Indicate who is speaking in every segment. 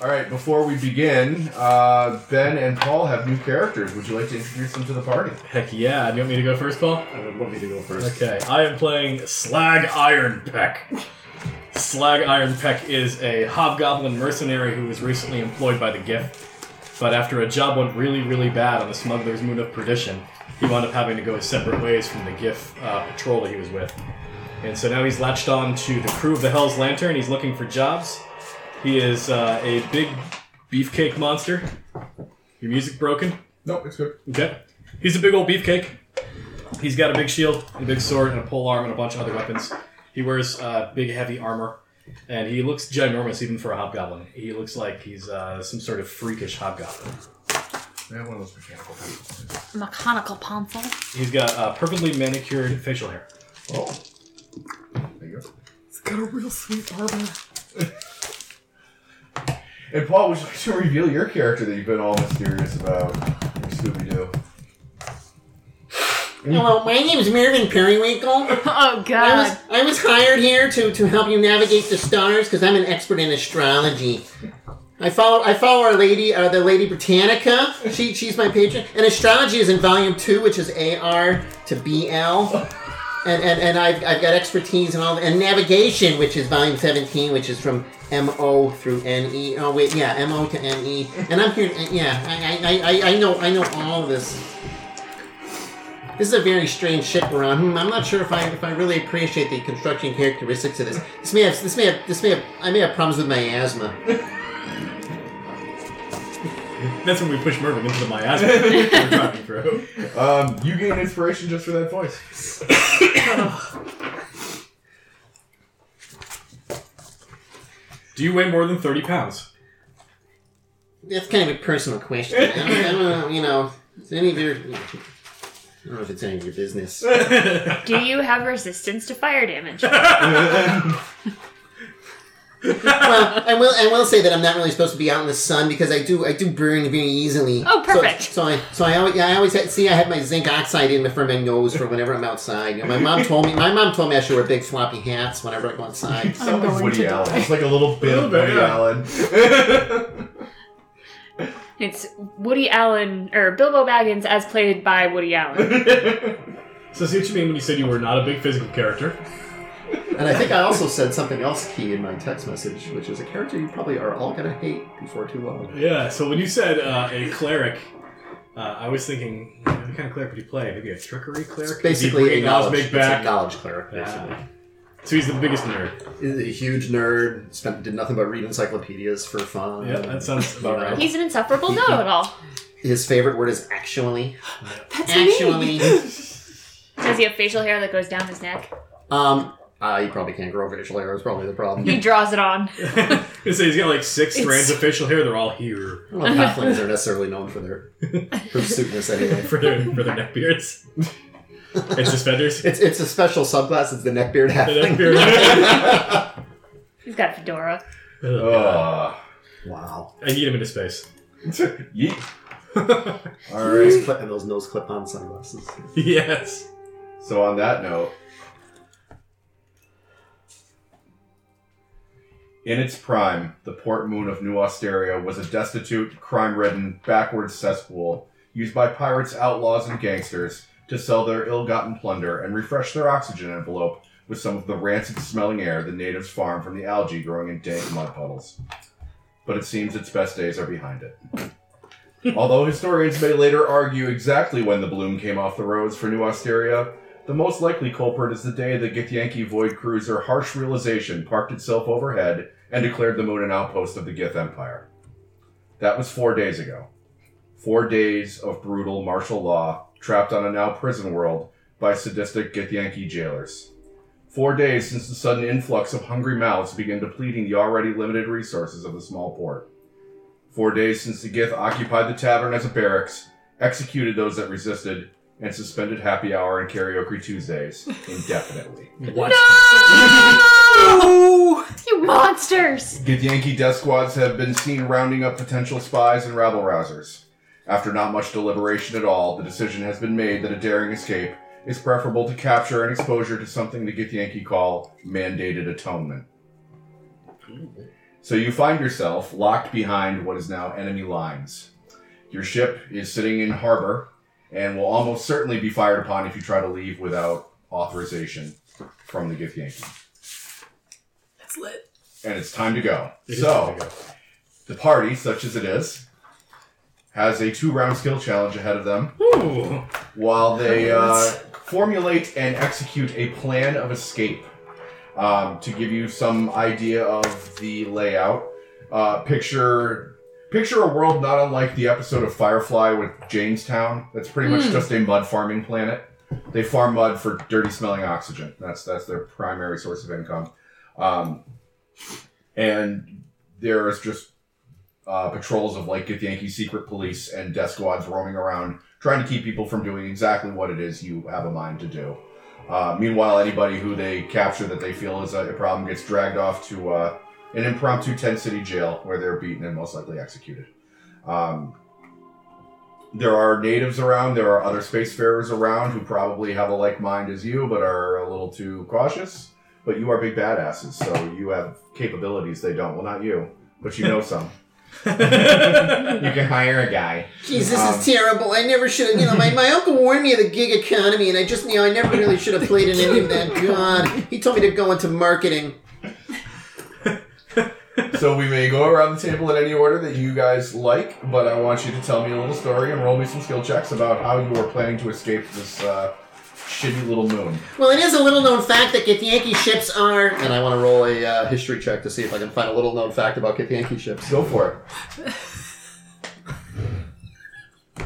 Speaker 1: All right, before we begin, uh, Ben and Paul have new characters. Would you like to introduce them to the party?
Speaker 2: Heck yeah. Do you want me to go first, Paul?
Speaker 3: I would love you to go first.
Speaker 2: Okay, I am playing Slag Iron Peck. Slag Iron Peck is a hobgoblin mercenary who was recently employed by the Gift, but after a job went really, really bad on the Smuggler's Moon of Perdition, he wound up having to go his separate ways from the Gift uh, patrol that he was with. And so now he's latched on to the crew of the Hell's Lantern. He's looking for jobs. He is uh, a big beefcake monster. Your music broken?
Speaker 1: Nope, it's good.
Speaker 2: Okay. He's a big old beefcake. He's got a big shield, a big sword, and a pole arm, and a bunch of other weapons. He wears uh, big, heavy armor, and he looks ginormous even for a hobgoblin. He looks like he's uh, some sort of freakish hobgoblin.
Speaker 1: I have one of those mechanical people.
Speaker 4: Mechanical pencil.
Speaker 2: He's got uh, perfectly manicured facial hair.
Speaker 1: Oh. There you go.
Speaker 4: It's got a real sweet armor.
Speaker 1: And Paul, would you like to reveal your character that you've been all mysterious about? Scooby Doo.
Speaker 5: Hello, my name is Mervyn Periwinkle.
Speaker 4: Oh
Speaker 5: I
Speaker 4: god.
Speaker 5: was, I was hired here to, to help you navigate the stars because I'm an expert in astrology. I follow I follow our lady, uh, the Lady Britannica. She, she's my patron. And astrology is in volume two, which is AR to BL. And, and, and I've, I've got expertise in all and navigation, which is volume 17, which is from MO through NE. Oh, wait, yeah, MO to NE. And I'm here, yeah, I, I, I, I, know, I know all this. This is a very strange ship we're on. Hmm, I'm not sure if I if I really appreciate the construction characteristics of this. This may have this may have this may have I may have problems with my asthma.
Speaker 2: That's when we push Mervin into the miasma we're driving through.
Speaker 1: Um, you gain inspiration just for that voice.
Speaker 2: Do you weigh more than 30 pounds?
Speaker 5: That's kind of a personal question. I don't, I don't know, you know, is any of your I don't know if it's any of your business.
Speaker 4: Do you have resistance to fire damage?
Speaker 5: well, I will I will say that I'm not really supposed to be out in the sun because I do I do burn very easily.
Speaker 4: Oh,
Speaker 5: So-
Speaker 4: perfect.
Speaker 5: So, I so I always, I always had, see I had my zinc oxide in for my nose for whenever I'm outside. You know, my mom told me my mom told me I should wear big floppy hats whenever I go outside.
Speaker 1: Sounds like
Speaker 4: going
Speaker 1: Woody
Speaker 4: to
Speaker 1: Allen.
Speaker 4: die.
Speaker 1: It's like a little bit
Speaker 2: little
Speaker 1: of
Speaker 2: bit,
Speaker 1: Woody
Speaker 2: yeah.
Speaker 1: Allen.
Speaker 4: it's Woody Allen or Bilbo Baggins as played by Woody Allen.
Speaker 2: So, see what you mean when you said you were not a big physical character.
Speaker 5: And I think I also said something else key in my text message, which is a character you probably are all gonna hate before too long.
Speaker 2: Yeah, so when you said uh, a cleric, uh, I was thinking, what kind of cleric would he play? Maybe a trickery cleric?
Speaker 5: It's basically a knowledge,
Speaker 2: Cosmic
Speaker 5: it's
Speaker 2: back.
Speaker 5: a knowledge cleric. Basically,
Speaker 2: Yeah. So he's the biggest nerd.
Speaker 5: He's a huge nerd. Spent did nothing but read encyclopedias for fun.
Speaker 2: Yeah, that sounds about right.
Speaker 4: He's an insufferable no at all.
Speaker 5: His favorite word is actually.
Speaker 4: That's
Speaker 5: actually,
Speaker 4: Does he have facial hair that goes down his neck?
Speaker 5: um, uh, you probably can't grow facial hair. Is probably the problem.
Speaker 4: He draws it on.
Speaker 2: I'm gonna say he's got like six
Speaker 4: It's-
Speaker 2: strands of facial hair. They're all here
Speaker 5: I don't know if halflings are necessarily known for their for suitness anyway.
Speaker 2: for their for their neck beards and suspenders.
Speaker 5: It's it's a special subclass. It's the neckbeard
Speaker 2: The neck
Speaker 5: halfling.
Speaker 2: beard.
Speaker 4: He's got a fedora.
Speaker 1: Uh,
Speaker 5: Wow.
Speaker 2: I need him into space.
Speaker 1: yeet. All
Speaker 5: Those
Speaker 1: right.
Speaker 5: clip- and those nose clip-on sunglasses.
Speaker 2: Yes.
Speaker 1: So on that note, in its prime, the port moon of New Austeria was a destitute, crime-ridden, backward cesspool used by pirates, outlaws, and gangsters to sell their ill-gotten plunder and refresh their oxygen envelope with some of the rancid-smelling air the natives farm from the algae growing in dank mud puddles. But it seems its best days are behind it. Although historians may later argue exactly when the bloom came off the roads for New Austeria, the most likely culprit is the day the Githyanki Void Cruiser Harsh Realization parked itself overhead and declared the moon an outpost of the Gith Empire. That was four days ago. Four days of brutal martial law, trapped on a now prison world by sadistic Githyanki jailers. Four days since the sudden influx of hungry mouths began depleting the already limited resources of the small port. Four days since the Gith occupied the tavern as a barracks, executed those that resisted, and suspended happy hour and karaoke Tuesdays indefinitely.
Speaker 2: What?
Speaker 4: No! you monsters!
Speaker 1: Githyanki death squads have been seen rounding up potential spies and rabble rousers. After not much deliberation at all, the decision has been made that a daring escape is preferable to capture and exposure to something the Githyanki call mandated atonement. So you find yourself locked behind what is now enemy lines. Your ship is sitting in harbor and will almost certainly be fired upon if you try to leave without authorization from the Gift Yankee.
Speaker 4: That's lit.
Speaker 1: And it's time to go.
Speaker 2: It is
Speaker 1: so,
Speaker 2: time to go.
Speaker 1: the party, such as it is, has a two round skill challenge ahead of them
Speaker 2: Ooh.
Speaker 1: while they uh,
Speaker 4: Yes.
Speaker 1: formulate and execute a plan of escape. Um, to give you some idea of the layout, uh, picture picture a world not unlike the episode of Firefly with Jamestown. That's pretty much
Speaker 4: Mm.
Speaker 1: just a mud farming planet. They farm mud for dirty smelling oxygen. That's that's their primary source of income, um, and there's just uh, patrols of like get Yankee secret police and death squads roaming around trying to keep people from doing exactly what it is you have a mind to do. Uh, meanwhile, anybody who they capture that they feel is a, a problem gets dragged off to uh, an impromptu tent city jail where they're beaten and most likely executed. Um, there are natives around, there are other spacefarers around who probably have a like mind as you but are a little too cautious. But you are big badasses, so you have capabilities they don't. Well, not you, but you know some. You can hire a guy.
Speaker 5: Jeez, this
Speaker 1: Um,
Speaker 5: is terrible. I never should have. You know, my, my uncle warned me of the gig economy, and I just, you know, I never really should have played in any of that. God, he told me to go into marketing.
Speaker 1: So we may go around the table in any order that you guys like, but I want you to tell me a little story and roll me some skill checks about how you are planning to escape this uh, shitty little moon.
Speaker 5: Well, it is a little known fact that Githyanki ships are. And I want to roll a uh, history check to see if I can find a little known fact about Githyanki ships.
Speaker 1: Go for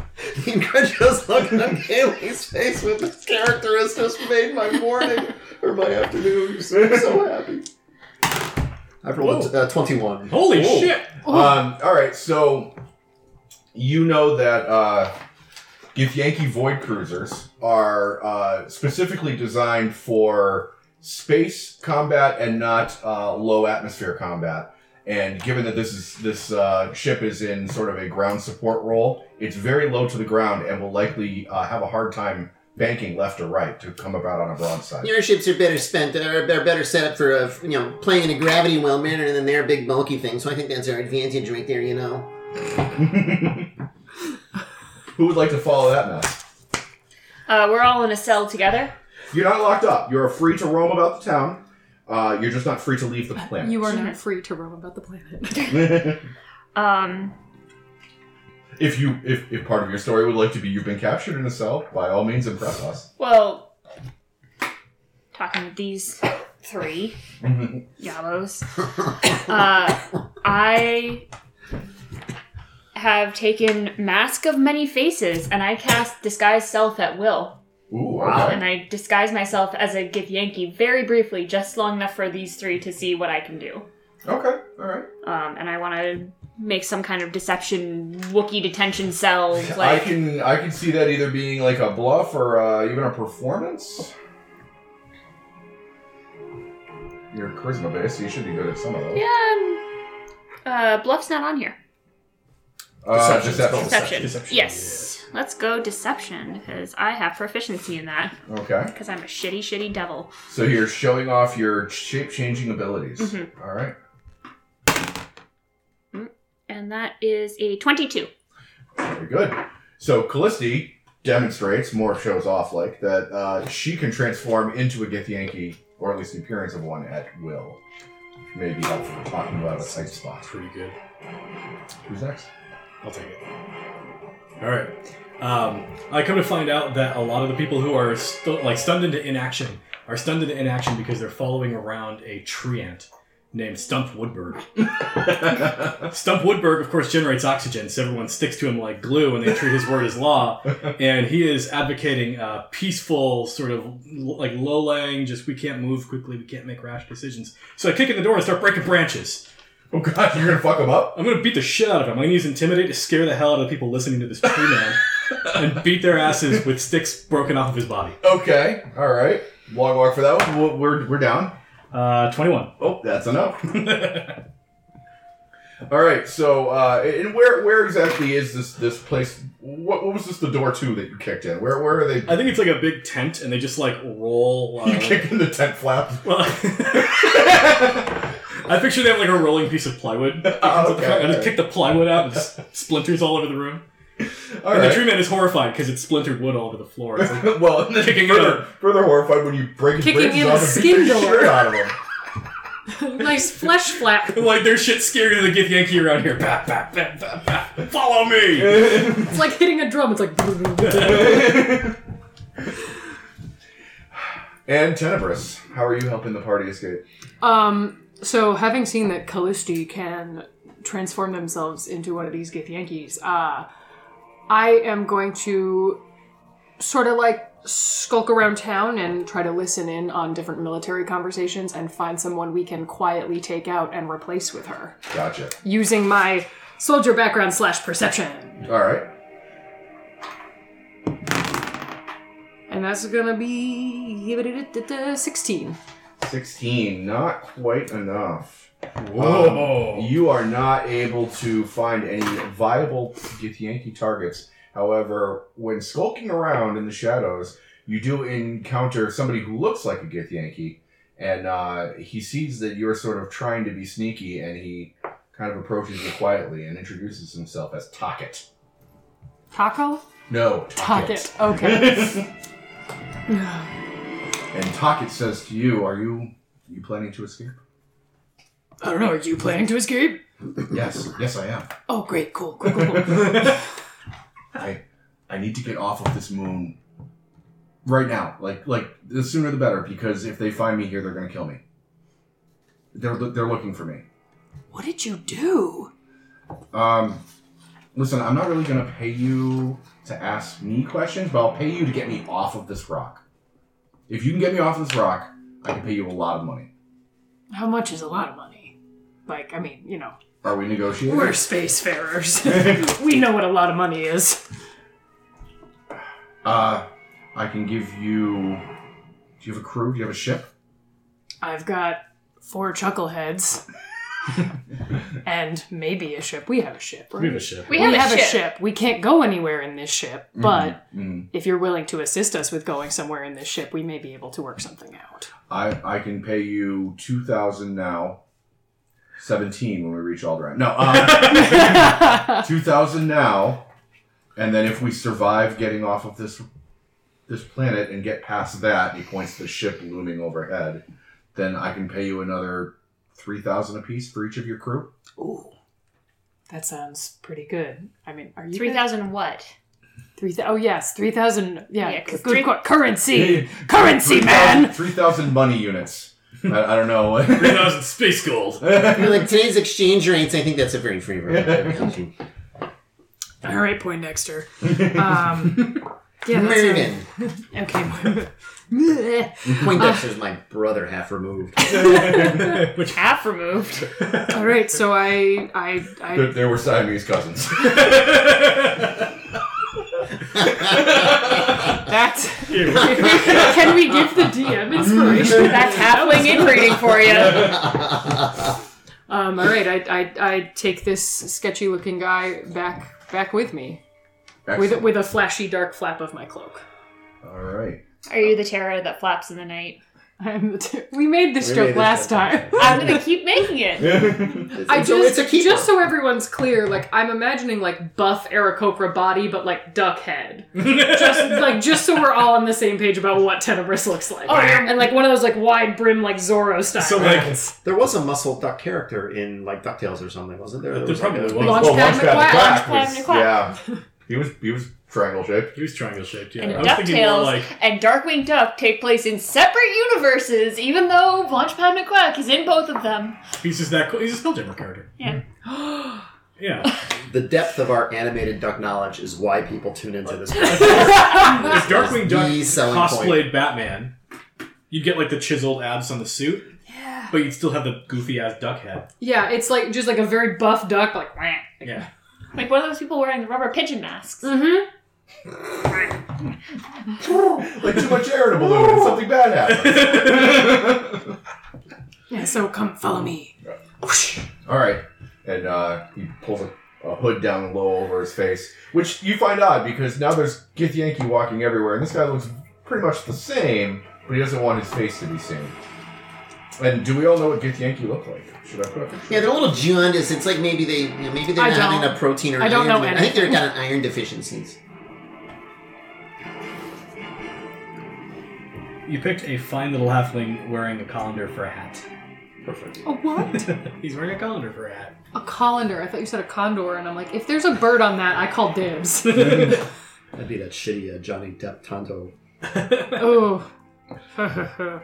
Speaker 5: Incredulous look on Kaylee's face with this character has just made my morning or my afternoon. I'm so happy. I rolled uh, 21.
Speaker 2: Holy
Speaker 1: Whoa.
Speaker 2: shit!
Speaker 1: it. Um, all right, so you know that uh, Gith Yankee Void Cruisers are uh, specifically designed for space combat and not uh, low atmosphere combat. And given that this is this uh, ship is in sort of a ground support role, it's very low to the ground and will likely uh, have a hard time banking left or right to come about on a broadside.
Speaker 5: Your ships are better spent, are are better set up for, uh, you know, playing in a gravity well manner than their big bulky thing. So I think that's our advantage right there, you know.
Speaker 1: Who would like to follow that mess?
Speaker 4: Uh, we're all in a cell together.
Speaker 1: You're not locked up. You're free to roam about the town. Uh, you're just not free to leave the
Speaker 4: Uh,
Speaker 1: planet.
Speaker 3: You are
Speaker 4: Sure.
Speaker 3: not free to roam about the planet.
Speaker 4: Um,
Speaker 1: if you if, if part of your story would like to be you've been captured in a cell, by all means impress us.
Speaker 4: well, talking to these three yabos, uh, I have taken Mask of Many Faces, and I cast Disguise Self at will.
Speaker 1: Ooh,
Speaker 4: And
Speaker 1: okay.
Speaker 4: I disguise myself as a Gith Yankee very briefly, just long enough for these three to see what I can do.
Speaker 1: Okay, all right.
Speaker 4: Um, and I want to make some kind of deception Wookiee detention cell.
Speaker 1: I
Speaker 4: Like,
Speaker 1: can I can see that either being like a bluff or uh, even a performance. Your charisma based, you should be good at some of those.
Speaker 4: yeah, um, uh, bluff's not on here.
Speaker 1: Uh,
Speaker 5: Deception.
Speaker 1: deception.
Speaker 4: Deception.
Speaker 2: Deception,
Speaker 4: Yes. Let's go deception because I have proficiency in that
Speaker 1: Okay,
Speaker 4: because I'm a shitty, shitty devil.
Speaker 1: so you're showing off your shape changing abilities.
Speaker 4: Mhm.
Speaker 1: All right.
Speaker 4: And that is a 22.
Speaker 1: Very good. So Callisti demonstrates, more shows off like, that uh, she can transform into a Githyanki, or at least the appearance of one at will. May be helpful for talking about a safe spot.
Speaker 2: Pretty good.
Speaker 1: Who's next?
Speaker 2: I'll take it. All right. Um, I come to find out that a lot of the people who are stu- like stunned into inaction are stunned into inaction because they're following around a tree ant named Stump Woodberg. Stump Woodberg, of course, generates oxygen, so everyone sticks to him like glue, and they treat his word as law. And he is advocating a peaceful, sort of l- like low-lying, just we can't move quickly, we can't make rash decisions. So I kick in the door and start breaking branches.
Speaker 1: oh god, you're gonna fuck him up?
Speaker 2: I'm gonna beat the shit out of him. I'm gonna use intimidate to scare the hell out of the people listening to this tree man, and beat their asses with sticks broken off of his body.
Speaker 1: Okay, alright. Long walk for that one. We're- We're, we're down.
Speaker 2: Uh, twenty-one.
Speaker 1: Oh, that's enough. alright, so, uh, and where where exactly is this this place? What, what was this the door to that you kicked in? Where, where are they?
Speaker 2: I think it's like a big tent, and they just like roll. Uh,
Speaker 1: You kicked in the tent flap.
Speaker 2: well, I picture they have like a rolling piece of plywood.
Speaker 1: Oh, okay,
Speaker 2: and they
Speaker 1: alright.
Speaker 2: pick the plywood out and s- splinters all over the room.
Speaker 1: All
Speaker 2: and
Speaker 1: right.
Speaker 2: the tree man is horrified because it's splintered wood all over the floor. It's like,
Speaker 1: well, and then
Speaker 2: Kicking
Speaker 1: further,
Speaker 2: in.
Speaker 1: further horrified when you break his
Speaker 3: Kicking
Speaker 1: ribs
Speaker 3: in
Speaker 1: off
Speaker 3: the
Speaker 1: and beat the
Speaker 3: skin door.
Speaker 1: shit out of him.
Speaker 3: nice flesh flap.
Speaker 2: like there's shit scarier than the Gith Yankee around here. Bah, bah, bah, bah, bah. Follow me!
Speaker 3: It's like hitting a drum. It's like.
Speaker 1: And Tenebris, how are you helping the party escape?
Speaker 3: Um. So, having seen that Callisti can transform themselves into one of these Gith Yankees, uh, I am going to sort of like skulk around town and try to listen in on different military conversations and find someone we can quietly take out and replace with her
Speaker 1: Gotcha.
Speaker 3: using my soldier background slash perception.
Speaker 1: All right.
Speaker 3: And that's gonna be 16.
Speaker 1: 16, not quite enough.
Speaker 2: Whoa.
Speaker 1: Um, you are not able to find any viable Githyanki targets. However, when skulking around in the shadows, you do encounter somebody who looks like a Githyanki, and uh, he sees that you're sort of trying to be sneaky, and he kind of approaches you quietly and introduces himself as Tocket.
Speaker 3: Taco?
Speaker 1: No,
Speaker 3: Tocket. Okay.
Speaker 1: And Tocket says to you, "Are you you planning to escape?"
Speaker 3: I don't know, are you planning to escape?
Speaker 1: yes, yes, I am.
Speaker 3: Oh, great, cool, cool, cool, cool.
Speaker 1: I I need to get off of this moon right now. Like like the sooner the better because if they find me here they're going to kill me. They're they're looking for me.
Speaker 3: what did you do?
Speaker 1: Um listen, I'm not really going to pay you to ask me questions, but I'll pay you to get me off of this rock. If you can get me off this rock, I can pay you a lot of money.
Speaker 3: How much is a lot of money? Like, I mean, you know,
Speaker 1: Are we negotiating?
Speaker 3: we're spacefarers. we know what a lot of money is.
Speaker 1: Uh I can give you Do you have a crew? Do you have a ship?
Speaker 3: I've got four chuckleheads. and maybe a ship. We have a ship, Mm-hmm. right?
Speaker 2: We have a ship.
Speaker 4: We have,
Speaker 3: we
Speaker 4: a,
Speaker 3: have
Speaker 4: ship.
Speaker 3: a ship. We can't go anywhere in this ship, but
Speaker 1: Mm.
Speaker 3: if you're willing to assist us with going somewhere in this ship, we may be able to work something out.
Speaker 1: I I can pay you two thousand now. Seventeen when we reach Alderaan. No, uh, two thousand now, and then if we survive getting off of this this planet and get past that, he points to the ship looming overhead. Then I can pay you another three thousand apiece for each of your crew.
Speaker 3: Ooh. That sounds pretty good. I mean, are you
Speaker 4: Three thousand what?
Speaker 3: Three thousand. Oh yes, three thousand. Yeah,
Speaker 4: Yeah, 'cause
Speaker 3: good
Speaker 4: three-
Speaker 3: qu- currency, currency, man.
Speaker 1: Three thousand money units. I, I don't know.
Speaker 2: 3,000 space gold.
Speaker 5: I mean, like today's exchange rates, I think that's a very free rate.
Speaker 3: All right, Poindexter. Um, yeah, that
Speaker 5: Mervin.
Speaker 3: sounds- okay. Uh,
Speaker 5: Poindexter's my brother, half removed.
Speaker 2: Which
Speaker 4: Half removed.
Speaker 3: All right, so I, I, I.
Speaker 1: there, there were Siamese cousins.
Speaker 3: That's.
Speaker 2: Ew.
Speaker 3: Can we give the DM inspiration?
Speaker 4: That's halfling inbreeding for you.
Speaker 3: Um, all right, I, I, I take this sketchy-looking guy back, back with me, with
Speaker 1: Excellent.
Speaker 3: with a flashy dark flap of my cloak.
Speaker 1: All right.
Speaker 4: Are you the terror that flaps in the night?
Speaker 3: I'm the ter- we made this
Speaker 5: We
Speaker 3: joke
Speaker 5: made this
Speaker 3: last
Speaker 5: joke.
Speaker 3: time.
Speaker 4: I'm gonna keep making it.
Speaker 3: I
Speaker 5: so it's
Speaker 3: just,
Speaker 5: a keeper.
Speaker 3: just so everyone's clear, like I'm imagining like buff Aarakocra body, but like duck head. just like just so we're all on the same page about what Tenebris looks like.
Speaker 4: Oh, yeah.
Speaker 3: And like one of those like wide brim like Zorro style.
Speaker 2: So, like-
Speaker 3: rounds.
Speaker 6: There was a muscle duck character in like DuckTales or something, wasn't there?
Speaker 2: There
Speaker 6: was like,
Speaker 2: probably
Speaker 6: a-
Speaker 2: was.
Speaker 3: Launchpad McQuack.
Speaker 4: Launchpad
Speaker 1: was-
Speaker 4: McQuack.
Speaker 1: Yeah, he was he was triangle shaped.
Speaker 2: He was triangle shaped, yeah.
Speaker 4: And
Speaker 2: I was thinking more
Speaker 4: DuckTales
Speaker 2: like.
Speaker 4: and Darkwing Duck take place in separate universes, even though Launchpad McQuack is in both of them.
Speaker 2: He's just that cool. He's a Spelljammer character.
Speaker 4: Yeah.
Speaker 2: Yeah.
Speaker 6: The depth of our animated duck knowledge is why people tune into this.
Speaker 2: If Darkwing Duck
Speaker 5: The selling
Speaker 2: cosplayed Batman, you'd get like the chiseled abs on the suit,
Speaker 3: Yeah.
Speaker 2: but you'd still have the goofy ass duck head.
Speaker 3: Yeah, it's like just like a very buff duck, like wah.
Speaker 2: Yeah.
Speaker 4: Like one of those people wearing the rubber pigeon masks.
Speaker 3: Mm-hmm.
Speaker 1: Like too much air in a balloon, and something bad happened.
Speaker 3: Yeah, so come follow me.
Speaker 1: All right, and uh, he pulls a, a hood down low over his face, which you find odd because now there's Gith Yankee walking everywhere, and this guy looks pretty much the same, but he doesn't want his face to be seen. And do we all know what Gith Yankee look like? Should I put up a
Speaker 5: Yeah, they're a little jaundiced. It's like maybe they, you know, maybe they're
Speaker 3: I
Speaker 5: not
Speaker 3: don't-
Speaker 5: having a protein or
Speaker 3: I don't
Speaker 5: iron.
Speaker 3: know
Speaker 5: I think they've
Speaker 3: anything.
Speaker 5: got an iron deficiencies.
Speaker 2: You picked a fine little halfling wearing a colander for a hat.
Speaker 1: Perfect.
Speaker 3: A what?
Speaker 2: He's wearing a colander for a hat.
Speaker 3: a colander. I thought you said a condor, and I'm like, if there's a bird on that, I call dibs.
Speaker 6: That'd be that shitty uh, Johnny Depp Tonto.
Speaker 3: oh. well,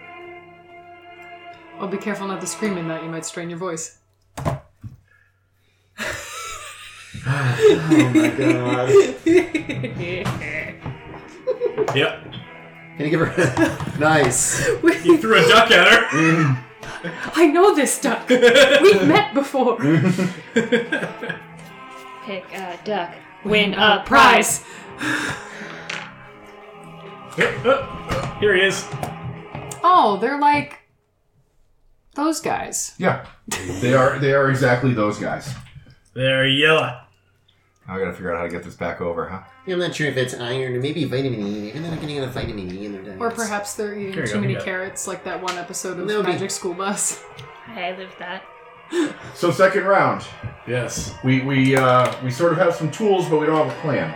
Speaker 3: be careful not to scream in that. You might strain your voice.
Speaker 5: Oh my god. Can
Speaker 2: Yep.
Speaker 5: you give her nice?
Speaker 2: He threw a duck at her.
Speaker 3: I know this duck. We've met before.
Speaker 4: Pick a duck. Win a prize.
Speaker 3: Uh, Prize.
Speaker 2: Here he is.
Speaker 3: Oh, they're like those guys.
Speaker 1: Yeah, they are. They are exactly those guys.
Speaker 2: They're yellow.
Speaker 1: I gotta figure out how to get this back over, huh?
Speaker 5: I'm not sure if it's iron or maybe vitamin E. Maybe they're not getting enough vitamin E in their diet.
Speaker 3: Or perhaps they're eating
Speaker 2: Here you
Speaker 3: too
Speaker 2: go,
Speaker 3: many
Speaker 2: yeah.
Speaker 3: carrots, like that one episode of
Speaker 5: They'll be-
Speaker 3: Magic School Bus.
Speaker 4: I lived that.
Speaker 1: So second round,
Speaker 2: Yes.
Speaker 1: we we uh, we sort of have some tools, but we don't have a plan.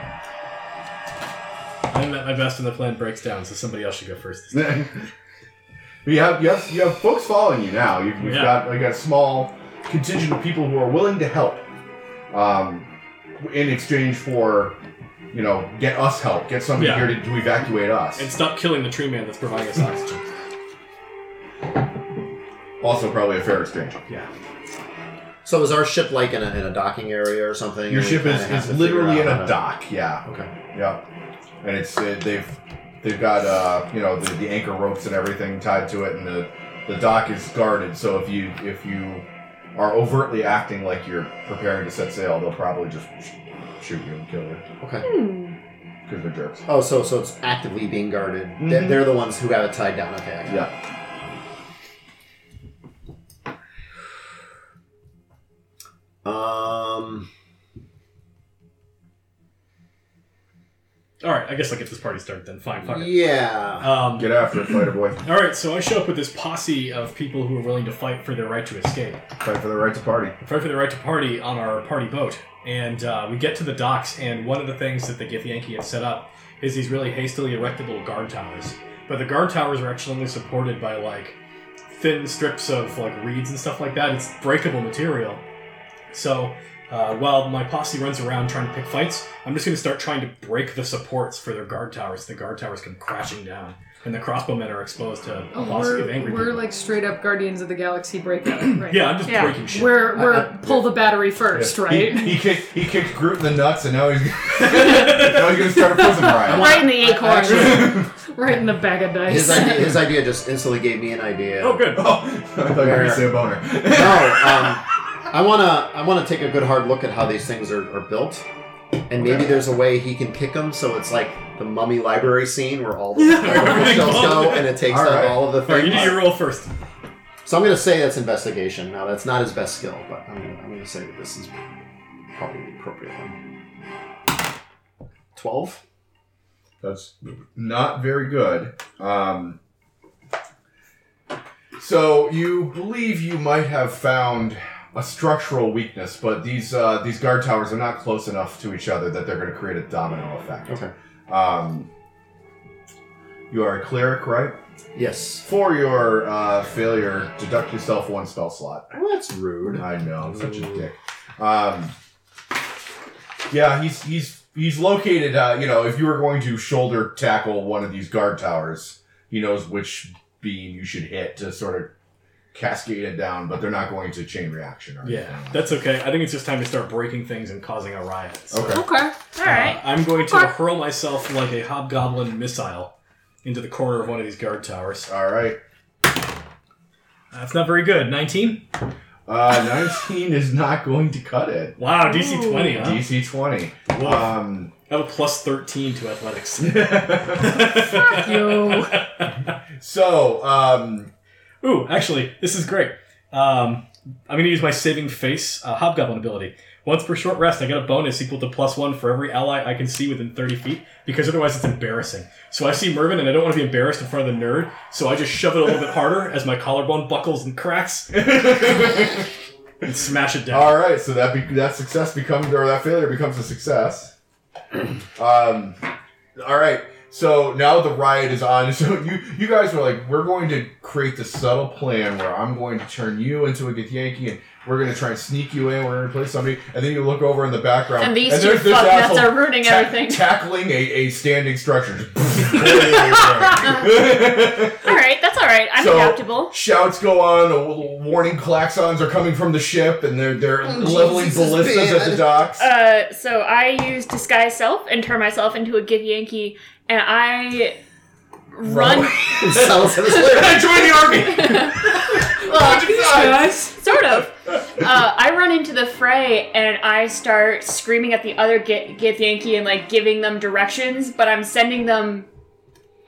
Speaker 2: I'm at my best when the plan breaks down, so somebody else should go first. this time.
Speaker 1: you have you have you have folks following you now. You've, you've
Speaker 2: Yeah.
Speaker 1: got you got a small contingent of people who are willing to help, um, in exchange for, you know, get us help, get somebody
Speaker 2: Yeah.
Speaker 1: here to, to evacuate us.
Speaker 2: And stop killing the tree man that's providing us oxygen.
Speaker 1: also, probably a fair exchange.
Speaker 2: Yeah.
Speaker 6: So is our ship like in a, in a docking area or something?
Speaker 1: Your
Speaker 6: and we
Speaker 1: ship is,
Speaker 6: kinda have
Speaker 1: is
Speaker 6: to
Speaker 1: literally in
Speaker 6: figure out
Speaker 1: a
Speaker 6: how to-
Speaker 1: dock. Yeah.
Speaker 6: Okay.
Speaker 1: Yeah, and it's uh, they've they've got uh, you know the, the anchor ropes and everything tied to it, and the the dock is guarded. So if you if you are overtly acting like you're preparing to set sail, they'll probably just sh- shoot you and kill you
Speaker 6: Okay.
Speaker 3: Hmm.
Speaker 1: because they're jerks.
Speaker 6: Oh, so so it's actively being guarded. They're,
Speaker 1: Mhm.
Speaker 6: they're the ones who got it tied down. Okay. I got it.
Speaker 1: Yeah,
Speaker 6: Um.
Speaker 2: All right. I guess I'll get this party started then. Fine. Fuck it.
Speaker 6: Yeah.
Speaker 2: Um,
Speaker 1: get after it, fighter boy.
Speaker 2: all right. So I show up with this posse of people who are willing to fight for their right to escape.
Speaker 1: Fight for the right to party.
Speaker 2: fight for the right to party on our party boat. And uh, we get to the docks, and one of the things that the Gith Yankee had set up is these really hastily erected little guard towers. But the guard towers are actually only supported by like thin strips of like reeds and stuff like that. It's breakable material. So uh, while my posse runs around trying to pick fights, I'm just going to start trying to break the supports for their guard towers. The guard towers come crashing down, and the crossbowmen are exposed to a posse Oh, of
Speaker 3: we're
Speaker 2: angry
Speaker 3: we're
Speaker 2: people.
Speaker 3: like straight up Guardians of the Galaxy breakup. Right
Speaker 2: yeah, I'm just
Speaker 4: Yeah.
Speaker 2: breaking shit.
Speaker 3: We're we're pull the battery first, right?
Speaker 1: He, he kicked he kicked Groot in the nuts, and now he's now he's gonna start a prison riot.
Speaker 4: Right in the acorn.
Speaker 3: right in the bag of dice.
Speaker 6: His idea, his idea just instantly gave me an idea.
Speaker 2: oh, good.
Speaker 1: Oh, I thought you were gonna say a boner.
Speaker 6: No, um, I wanna I wanna take a good hard look at how these things are, are built, and maybe there's a way he can pick them so it's like the mummy library scene where all the
Speaker 2: Everything
Speaker 6: shelves
Speaker 2: falls.
Speaker 6: go and it takes
Speaker 1: All
Speaker 6: all
Speaker 1: right.
Speaker 6: all of the
Speaker 2: All right, you
Speaker 6: things.
Speaker 2: do your roll first.
Speaker 6: so I'm gonna say that's investigation. Now that's not his best skill, but I'm gonna, I'm gonna say that this is probably the appropriate one. Twelve.
Speaker 1: That's not very good. Um, so you believe you might have found a structural weakness, but these uh, these guard towers are not close enough to each other that they're going to create a domino effect.
Speaker 6: Okay.
Speaker 1: Um, you are a cleric, right?
Speaker 6: Yes.
Speaker 1: For your uh, failure, deduct yourself one spell slot.
Speaker 6: Well, that's rude.
Speaker 1: I know,
Speaker 2: Mm.
Speaker 1: I'm such a dick. Um, yeah, he's he's he's located. Uh, you know, if you were going to shoulder tackle one of these guard towers, he knows which beam you should hit to sort of cascade it down. But they're not going to chain reaction. Or
Speaker 2: Yeah,
Speaker 1: anything.
Speaker 2: that's okay. I think it's just time to start breaking things and causing a riot. So,
Speaker 1: okay.
Speaker 3: okay.
Speaker 4: All
Speaker 2: uh,
Speaker 4: right.
Speaker 2: I'm going to
Speaker 3: Okay.
Speaker 2: hurl myself like a hobgoblin missile into the corner of one of these guard towers.
Speaker 1: All right.
Speaker 2: That's not very good. 19?
Speaker 1: Uh, Nineteen is not going to cut it.
Speaker 2: Wow, DC 20, huh?
Speaker 1: DC twenty.
Speaker 2: Woof.
Speaker 1: Um,
Speaker 2: I have a plus 13 to athletics.
Speaker 3: Yo.
Speaker 1: so um,
Speaker 2: Ooh, actually, this is great. Um, I'm going to use my saving face uh, hobgoblin ability. Once per short rest, I get a bonus equal to plus one for every ally I can see within 30 feet, because otherwise it's embarrassing. So I see Mervin, and I don't want to be embarrassed in front of the nerd, so I just shove it a little bit harder as my collarbone buckles and cracks and smash it down.
Speaker 1: All right, so that be- that success becomes or that failure becomes a success. um, all right. So now the riot is on. So you you guys were like, we're going to create this subtle plan where I'm going to turn you into a good Yankee, and we're going to try and sneak you in. We're going to play somebody, and then you look over in the background,
Speaker 4: And these two
Speaker 1: there's this
Speaker 4: fucknuts
Speaker 1: asshole
Speaker 4: are ruining
Speaker 1: ta-
Speaker 4: everything.
Speaker 1: tackling a, a standing structure.
Speaker 4: all right, that's all right. I'm
Speaker 1: So-
Speaker 4: adaptable.
Speaker 1: Shouts go on. w- Warning klaxons are coming from the ship, and they're they're
Speaker 4: Oh,
Speaker 1: leveling
Speaker 5: Jesus,
Speaker 1: ballistas at the
Speaker 5: man.
Speaker 1: docks.
Speaker 4: Uh, so I use disguise self and turn myself into a give Yankee, and I run
Speaker 5: Sells his lyrics.
Speaker 1: I joined the army.
Speaker 3: guys.
Speaker 4: sort of. Uh, I run into the fray and I start screaming at the other Gi- Gith Yankee and like giving them directions, but I'm sending them.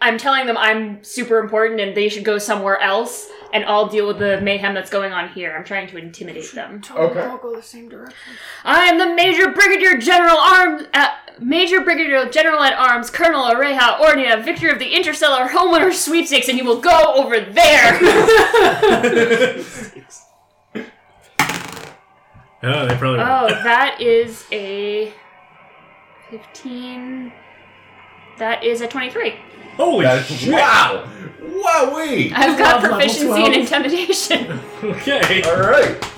Speaker 4: I'm telling them I'm super important and they should go somewhere else, and I'll deal with the mayhem that's going on here. I'm trying to intimidate them.
Speaker 3: Tell them
Speaker 1: Okay.
Speaker 3: all go the same direction.
Speaker 4: I am the Major Brigadier General Arms, uh, Major Brigadier General at Arms, Colonel Oreja Ornia, victor of the Interstellar Homeowner Sweepstakes, and you will go over there.
Speaker 2: Oh, they probably
Speaker 4: oh, that is a fifteen. That is a twenty-three.
Speaker 2: Holy
Speaker 1: That's,
Speaker 2: shit!
Speaker 1: wow! Wow, wait!
Speaker 4: I've got
Speaker 2: Level
Speaker 4: proficiency
Speaker 2: 12.
Speaker 4: in intimidation.
Speaker 2: Okay.
Speaker 1: All right.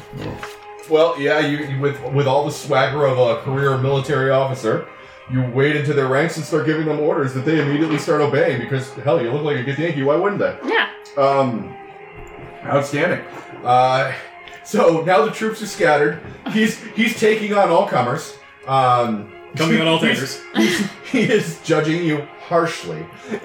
Speaker 1: Well, yeah, you, you with with all the swagger of a career military officer, you wade into their ranks and start giving them orders that they immediately start obeying because hell, you look like a good Yankee. Why wouldn't they?
Speaker 4: yeah.
Speaker 1: Um, outstanding. Uh, so now the troops are scattered. He's he's taking on all comers. Um,
Speaker 2: Coming on all
Speaker 1: he's-
Speaker 2: takers.
Speaker 1: he is judging you harshly.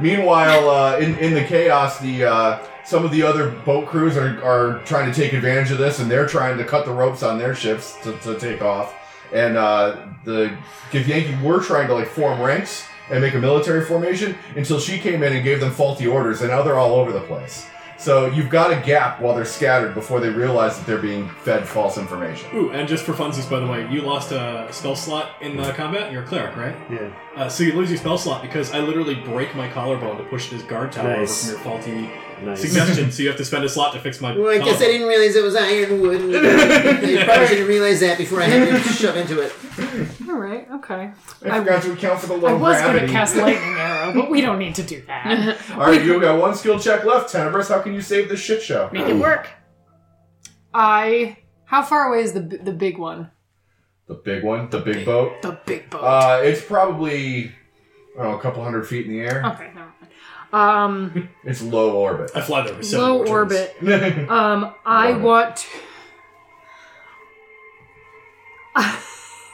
Speaker 1: Meanwhile, uh, in in the chaos, the uh, some of the other boat crews are, are trying to take advantage of this, and they're trying to cut the ropes on their ships to, to take off. And uh, the Githyanki were trying to like form ranks and make a military formation until she came in and gave them faulty orders, and now they're all over the place. So you've got a gap while they're scattered before they realize that they're being fed false information.
Speaker 2: Ooh, and just for funsies, by the way, you lost a spell slot in the combat. You're a cleric, right?
Speaker 6: Yeah.
Speaker 2: Uh, so you lose your spell slot because I literally break my collarbone to push this guard tower
Speaker 6: Nice.
Speaker 2: over from your faulty
Speaker 6: Nice.
Speaker 2: suggestion. so you have to spend a slot to fix my.
Speaker 5: Well, I guess I
Speaker 2: collarbone.
Speaker 5: didn't realize it was ironwood. You probably should have realized that before I had to shove into it.
Speaker 3: All right. Okay.
Speaker 1: I forgot to account for the low
Speaker 3: I was going to
Speaker 1: gravity.
Speaker 3: cast lightning arrow, but we don't need to do that.
Speaker 1: All right, you got one skill check left, Tenebris. How can you save this shit show?
Speaker 4: Make it work.
Speaker 3: I. How far away is the b- the big one?
Speaker 1: The big one, the big boat.
Speaker 3: The big boat.
Speaker 1: Uh, it's probably I don't know, a couple hundred feet in the air.
Speaker 3: okay. Never mind. Um,
Speaker 1: It's low orbit.
Speaker 2: I fly there with seven
Speaker 3: low
Speaker 2: returns.
Speaker 3: orbit.
Speaker 1: All
Speaker 3: Um, I
Speaker 1: Love it.
Speaker 3: want. To...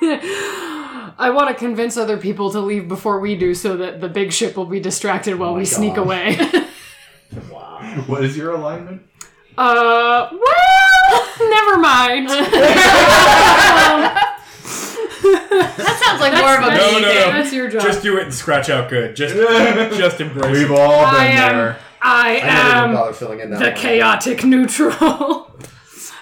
Speaker 3: I want to convince other people to leave before we do, so that the big ship will be distracted
Speaker 1: Oh
Speaker 3: while
Speaker 6: my
Speaker 3: we sneak
Speaker 6: God.
Speaker 3: away.
Speaker 6: Wow.
Speaker 1: What is your alignment?
Speaker 3: uh, well, never mind. Um,
Speaker 4: That sounds like more of a
Speaker 2: No,
Speaker 4: me
Speaker 2: no,
Speaker 4: thing.
Speaker 2: no.
Speaker 3: that's your job.
Speaker 2: Just do it and scratch out good. Just, just embrace.
Speaker 1: We've
Speaker 2: it.
Speaker 1: all been
Speaker 3: I am-
Speaker 1: there.
Speaker 3: I
Speaker 6: I never even
Speaker 3: am
Speaker 6: bothered filling in that
Speaker 3: Um, the
Speaker 6: one.
Speaker 3: chaotic neutral.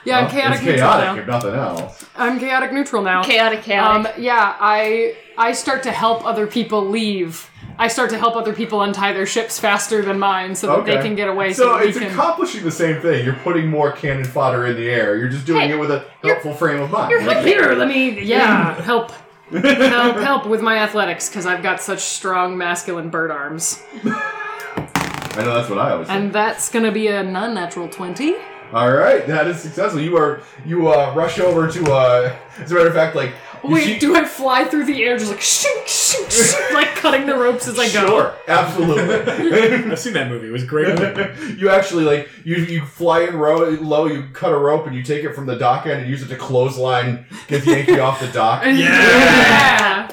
Speaker 3: yeah, I'm chaotic
Speaker 1: Oh, it's
Speaker 3: neutral
Speaker 1: chaotic,
Speaker 3: now.
Speaker 1: if nothing else.
Speaker 3: I'm chaotic neutral now.
Speaker 4: Chaotic,
Speaker 3: Um,
Speaker 4: chaotic.
Speaker 3: yeah, I I start to help other people leave. I start to help other people untie their ships faster than mine, so that
Speaker 1: Okay.
Speaker 3: they can get away.
Speaker 1: So,
Speaker 3: So, that we
Speaker 1: it's
Speaker 3: can.
Speaker 1: accomplishing the same thing. You're putting more cannon fodder in the air. You're just doing
Speaker 4: Hey,
Speaker 1: it with a helpful frame of mind.
Speaker 4: Um,
Speaker 3: Here, let me. Yeah, help, help, help with my athletics because I've got such strong masculine bird arms,
Speaker 1: I know that's what I always. say.
Speaker 3: and that's gonna be a non-natural twenty.
Speaker 1: All right, that is successful. You are you uh, rush over to uh, as a matter of fact, like you
Speaker 3: Wait,
Speaker 1: see-
Speaker 3: do I fly through the air just like shink, shink, shink, like cutting the ropes as I go?
Speaker 1: Sure, absolutely.
Speaker 2: I've seen that movie. It was a great. Movie.
Speaker 1: you actually like you you fly in row low. You cut a rope and you take it from the dock end and use it to clothesline get the Yankee off the dock.
Speaker 3: Yeah.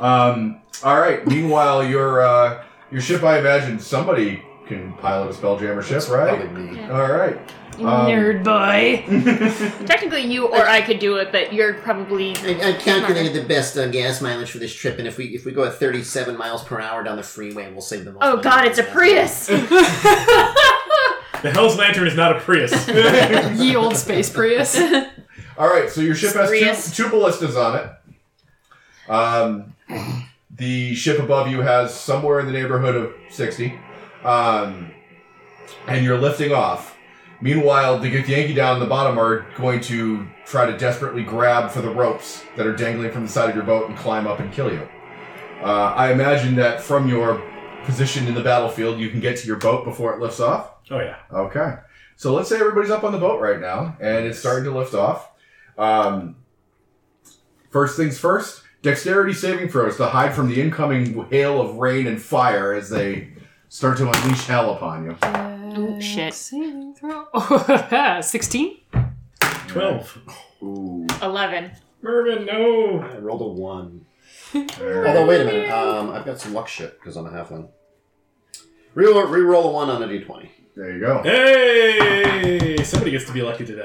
Speaker 1: Um, all right. Meanwhile, your uh, your ship, I imagine somebody can pilot a spelljammer ship, right?
Speaker 6: Probably me.
Speaker 1: All right. Um,
Speaker 3: Nerd boy.
Speaker 4: Technically, you or I could do it, but you're probably.
Speaker 5: I, I calculated the best uh, gas mileage for this trip, and if we if we go at 37 miles per hour down the freeway, we'll save the most.
Speaker 4: Oh
Speaker 5: money.
Speaker 4: God, it's a Prius.
Speaker 2: The Hell's Lantern is not a Prius. Oh,
Speaker 3: Ye old space Prius.
Speaker 1: All right, so your ship has
Speaker 4: Screas.
Speaker 1: two, two ballistas on it. Um, the ship above you has somewhere in the neighborhood of 60. Um, and you're lifting off. Meanwhile, the Yankee down in the bottom are going to try to desperately grab for the ropes that are dangling from the side of your boat and climb up and kill you. Uh, I imagine that from your position in the battlefield, you can get to your boat before it lifts off.
Speaker 2: Oh yeah.
Speaker 1: Okay. So let's say everybody's up on the boat right now and it's starting to lift off. Um, first things first, dexterity saving throws to hide from the incoming hail of rain and fire as they start to unleash hell upon you.
Speaker 3: Oh,
Speaker 7: shit.
Speaker 3: Saving throw. 16?
Speaker 2: Twelve.
Speaker 1: Ooh.
Speaker 4: Eleven.
Speaker 2: Mervin, no.
Speaker 6: I rolled a one. Although wait a minute, um, I've got some luck shit because I'm a halfling. Reroll, reroll a one on a d20,
Speaker 1: There you go.
Speaker 2: Hey! Somebody gets to be lucky today.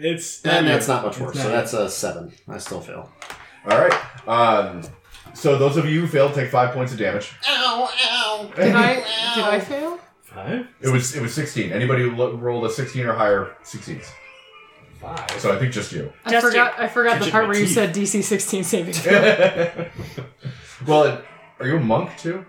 Speaker 2: It's
Speaker 6: and
Speaker 2: you.
Speaker 6: that's not much
Speaker 2: It's
Speaker 6: worse.
Speaker 2: not
Speaker 6: so
Speaker 2: you.
Speaker 6: that's a seven. I still fail.
Speaker 1: All right. Um, so those of you who failed take five points of damage.
Speaker 5: Ow, ow.
Speaker 3: Did I, did I fail?
Speaker 2: five.
Speaker 1: It was it was sixteen. Anybody who lo- rolled a sixteen or higher succeeds.
Speaker 2: Five.
Speaker 1: So I think just you.
Speaker 3: I
Speaker 4: Just
Speaker 3: forgot, I forgot the
Speaker 2: Fidget
Speaker 3: part
Speaker 2: my
Speaker 3: where you
Speaker 2: teeth.
Speaker 3: said DC 16 saving throw.
Speaker 1: well, it, are you a monk too?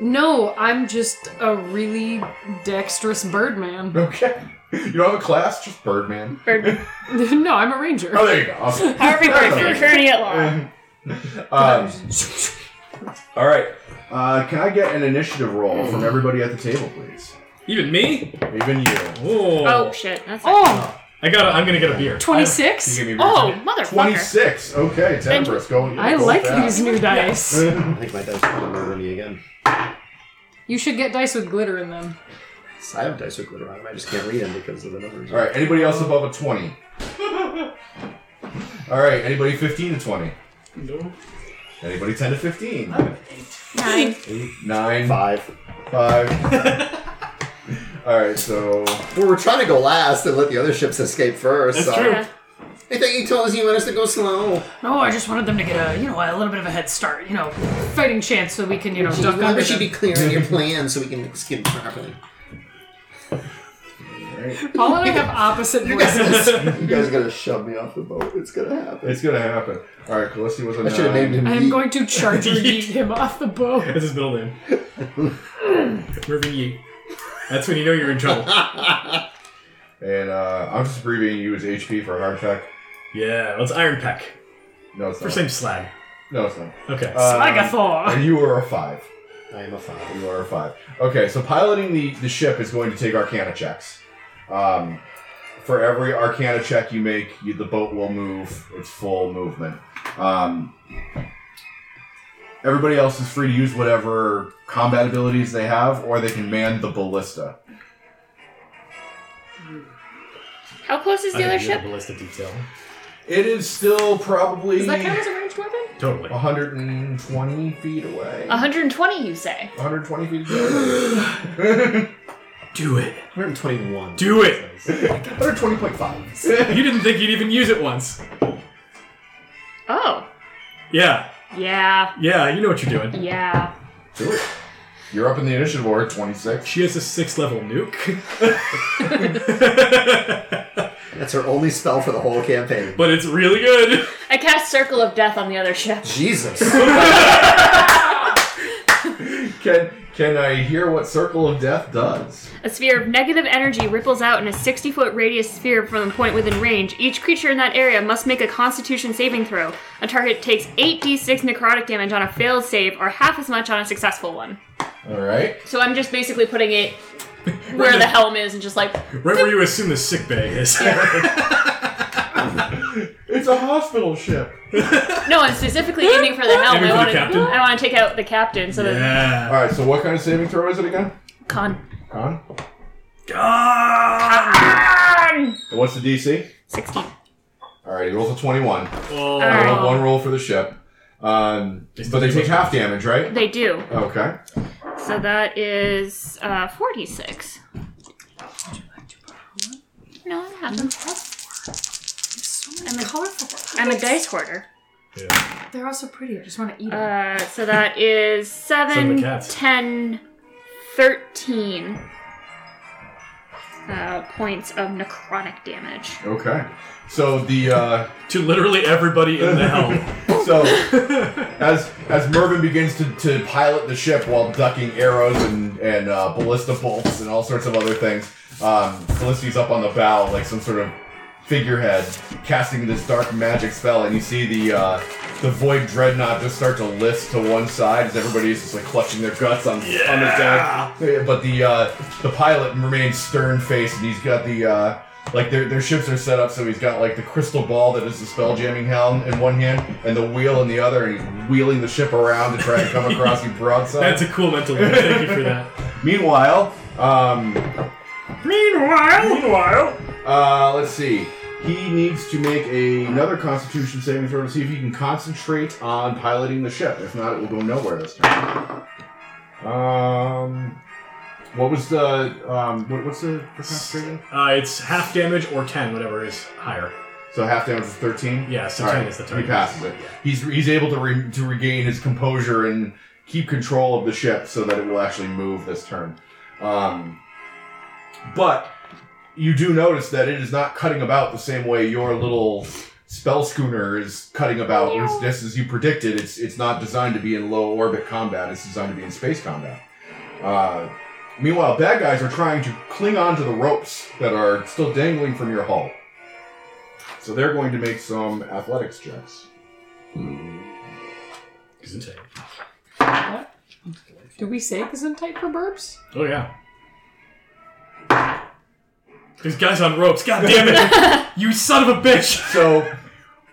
Speaker 3: No, I'm just a really dexterous birdman.
Speaker 1: Okay. You don't have a class, just Birdman.
Speaker 4: Bird.
Speaker 3: no, I'm a ranger.
Speaker 1: Oh, there you go. Awesome.
Speaker 4: Harvey Birdman, attorney at law.
Speaker 1: Um, all right. Uh, can I get an initiative roll from everybody at the table, please?
Speaker 2: Even me?
Speaker 1: Even you.
Speaker 2: Oh.
Speaker 4: Oh shit, that's
Speaker 3: Oh,
Speaker 2: I got. I'm gonna get a beer.
Speaker 3: 26?
Speaker 1: You Uh, give me
Speaker 4: Oh, motherfucker.
Speaker 1: Twenty-six. Okay, Temperance, go.
Speaker 3: I
Speaker 1: go
Speaker 3: like
Speaker 1: fast.
Speaker 3: these new dice.
Speaker 6: I think my dice will murder me again.
Speaker 3: You should get dice with glitter in them.
Speaker 6: I have dice with glitter on them. I just can't read them because of the numbers.
Speaker 1: All right. Anybody else above a twenty? All right. Anybody fifteen to twenty?
Speaker 2: No.
Speaker 1: Anybody ten to fifteen?
Speaker 4: Nine.
Speaker 1: Eight, nine,
Speaker 6: Five.
Speaker 1: five. all right. So
Speaker 6: Well, we're trying to go last and let the other ships escape first.
Speaker 2: That's
Speaker 6: so.
Speaker 2: true.
Speaker 4: Yeah.
Speaker 5: I thought you told us you want us to go slow.
Speaker 3: No, Oh, I just wanted them to get a, you know, a little bit of a head start, you know, fighting chance so we can, you know, duck
Speaker 5: Maybe
Speaker 3: under
Speaker 5: we should be
Speaker 3: them.
Speaker 5: clear on your plan so we can skip properly.
Speaker 3: Paul and I have opposite voices.
Speaker 6: You guys are gonna shove me off the boat. It's gonna happen.
Speaker 1: it's gonna happen. All right. Callisti was a
Speaker 6: I should have
Speaker 1: nine.
Speaker 6: named him.
Speaker 3: I am
Speaker 6: Yeet.
Speaker 3: going to charger yeet him off the boat.
Speaker 2: That's his middle name. Mervin Yeet. E. That's when you know you're in trouble.
Speaker 1: And uh, I'm just abbreviating you as HP for hard tech.
Speaker 2: Yeah. Let's Iron Peck.
Speaker 1: No, it's not.
Speaker 2: First name Slag.
Speaker 1: No, it's not.
Speaker 2: Okay.
Speaker 3: Uh,
Speaker 1: Um,
Speaker 3: Slagathor.
Speaker 1: and you are a five.
Speaker 6: I am a five.
Speaker 1: You are a five. Okay, so piloting the, the ship is going to take Arcana checks. Um, for every Arcana check you make, you, the boat will move its full movement. Um, everybody else is free to use whatever combat abilities they have, or they can man the ballista.
Speaker 4: How close is the other ship?
Speaker 2: Ballistic detail.
Speaker 1: It is still probably
Speaker 3: Does that count as a ranged weapon?
Speaker 2: Totally.
Speaker 1: 120 feet away.
Speaker 4: 120, you say?
Speaker 1: 120 feet away.
Speaker 2: Do it.
Speaker 6: 121.
Speaker 2: Do it.
Speaker 1: 120.5.
Speaker 2: you didn't think you'd even use it once.
Speaker 4: Oh.
Speaker 2: Yeah.
Speaker 4: Yeah.
Speaker 2: Yeah. You know what you're doing.
Speaker 4: Yeah.
Speaker 1: Do it. You're up in the initiative order, 26.
Speaker 2: She has a six level nuke,
Speaker 6: That's her only spell for the whole campaign.
Speaker 2: but it's really good.
Speaker 4: I cast Circle of Death on the other ship.
Speaker 6: Jesus. Uh,
Speaker 1: Can can I hear what Circle of Death does?
Speaker 4: A sphere of negative energy ripples out in a 60 foot radius sphere from the point within range. Each creature in that area must make a constitution saving throw. A target takes 8d6 necrotic damage on a failed save or half as much on a successful one.
Speaker 1: All right.
Speaker 4: So I'm just basically putting it where the helm is and just like,
Speaker 2: Right where you assume the sick bay is.
Speaker 1: It's a hospital ship.
Speaker 4: no, I'm specifically aiming for the helm.
Speaker 2: Aiming for
Speaker 4: I
Speaker 2: the
Speaker 4: want to
Speaker 2: captain?
Speaker 4: I want to take out the captain so that
Speaker 1: All
Speaker 2: yeah.
Speaker 1: right. So what kind of saving throw is it again?
Speaker 4: con.
Speaker 1: Con.
Speaker 2: God.
Speaker 4: Con!
Speaker 1: And What's the DC?
Speaker 4: 16.
Speaker 1: All right. He rolls a 21.
Speaker 2: Oh.
Speaker 4: Alright.
Speaker 1: Roll One roll for the ship. Um, but they take half damage, right?
Speaker 4: They do.
Speaker 1: Okay.
Speaker 4: So that is uh, 46. No, that happens. I'm a-
Speaker 3: colorful.
Speaker 4: I'm a dice hoarder.
Speaker 2: Yeah.
Speaker 3: They're all so pretty. I just want to eat them.
Speaker 4: Uh, so that is 7,
Speaker 2: cats.
Speaker 4: 10, 13. uh, points of necrotic damage.
Speaker 1: Okay. So the uh,
Speaker 2: To literally everybody in the helm.
Speaker 1: so as as Mervin begins to, to pilot the ship while ducking arrows and and uh, ballista bolts and all sorts of other things, um, Felicity's up on the bow like some sort of figurehead casting this dark magic spell, and you see the uh, the void dreadnought just start to lift to one side as everybody's just like clutching their guts on on the deck. Yeah, But the uh, the pilot remains stern faced, and he's got the uh, like their, their ships are set up so he's got like the crystal ball that is the spell jamming helm in one hand and the wheel in the other, and he's wheeling the ship around to try and come across you broadside.
Speaker 2: That's a cool mental image. Thank you for that.
Speaker 1: Meanwhile, um,
Speaker 2: Meanwhile,
Speaker 1: Uh, let's see. He needs to make a- another Constitution saving throw to see if he can concentrate on piloting the ship. If not, it will go nowhere this time. Um, what was the um? What, what's the for concentrating?
Speaker 2: uh, it's half damage or ten, whatever is higher.
Speaker 1: So half damage is thirteen.
Speaker 2: Yeah, so
Speaker 1: All
Speaker 2: ten
Speaker 1: right,
Speaker 2: is the
Speaker 1: He
Speaker 2: target.
Speaker 1: passes it. He's he's able to re- to regain his composure and keep control of the ship so that it will actually move this turn. Um, but you do notice that it is not cutting about the same way your little spell schooner is cutting about. As, just as you predicted, it's it's not designed to be in low orbit combat. It's designed to be in space combat. Uh, meanwhile, bad guys are trying to cling on to the ropes that are still dangling from your hull. So they're going to make some athletics checks.
Speaker 2: Gesundheit.
Speaker 3: Do we say Gesundheit for burps?
Speaker 2: Oh yeah. There's guys on ropes. God damn it! you son of a bitch!
Speaker 1: So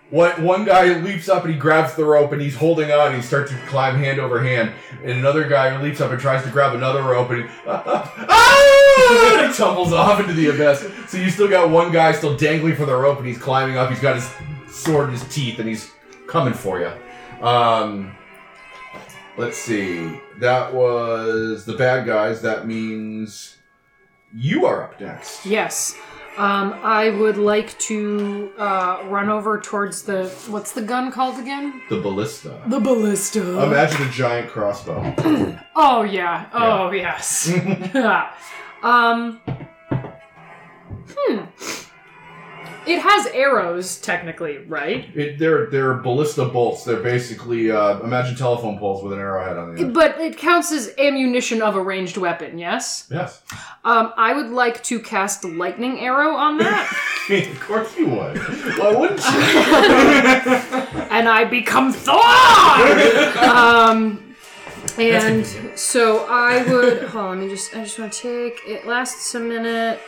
Speaker 1: one, one guy leaps up and he grabs the rope and he's holding on and he starts to climb hand over hand. And another guy leaps up and tries to grab another rope and he, ah! and he tumbles off into the abyss. So you still got one guy still dangling for the rope and he's climbing up. He's got his sword in his teeth and he's coming for you. Um, let's see. That was the bad guys. That means you are up next.
Speaker 3: Yes. Um, I would like to uh, run over towards the what's the gun called again?
Speaker 1: The ballista.
Speaker 3: The ballista.
Speaker 1: Imagine a giant crossbow.
Speaker 3: Oh yeah. Oh yes. um. Hmm. It has arrows, technically, right?
Speaker 1: It, they're they're ballista bolts. They're basically uh, imagine telephone poles with an arrowhead on the end.
Speaker 3: But it counts as ammunition of a ranged weapon. Yes.
Speaker 1: Yes,
Speaker 3: Um, I would like to cast lightning arrow on that,
Speaker 1: of course you would. Why wouldn't you?
Speaker 3: and I become Thor. um, and so I would. Hold on, let me just. I just want to take. It lasts a minute.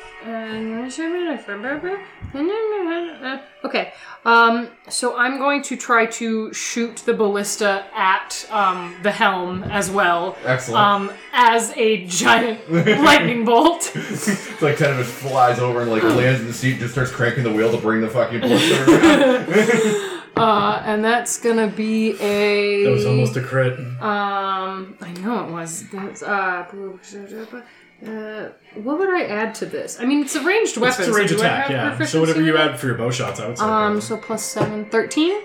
Speaker 3: and- Okay. Um, so I'm going to try to shoot the ballista at um, the helm as well.
Speaker 1: Excellent.
Speaker 3: Um, as a giant lightning bolt.
Speaker 1: it's like ten of it flies over and like lands in the seat, and just starts cranking the wheel to bring the fucking ballista around.
Speaker 3: Uh, and that's gonna be a.
Speaker 2: That was almost a crit.
Speaker 3: Um, I know it was. That's uh, uh, what would I add to this? I mean, it's a ranged weapon.
Speaker 2: It's a
Speaker 3: so
Speaker 2: range
Speaker 3: do I
Speaker 2: attack,
Speaker 3: have
Speaker 2: yeah. So
Speaker 3: proficiency
Speaker 2: whatever you
Speaker 3: with it?
Speaker 2: add for your bow shots, I would say.
Speaker 3: Um, so plus seven, 13.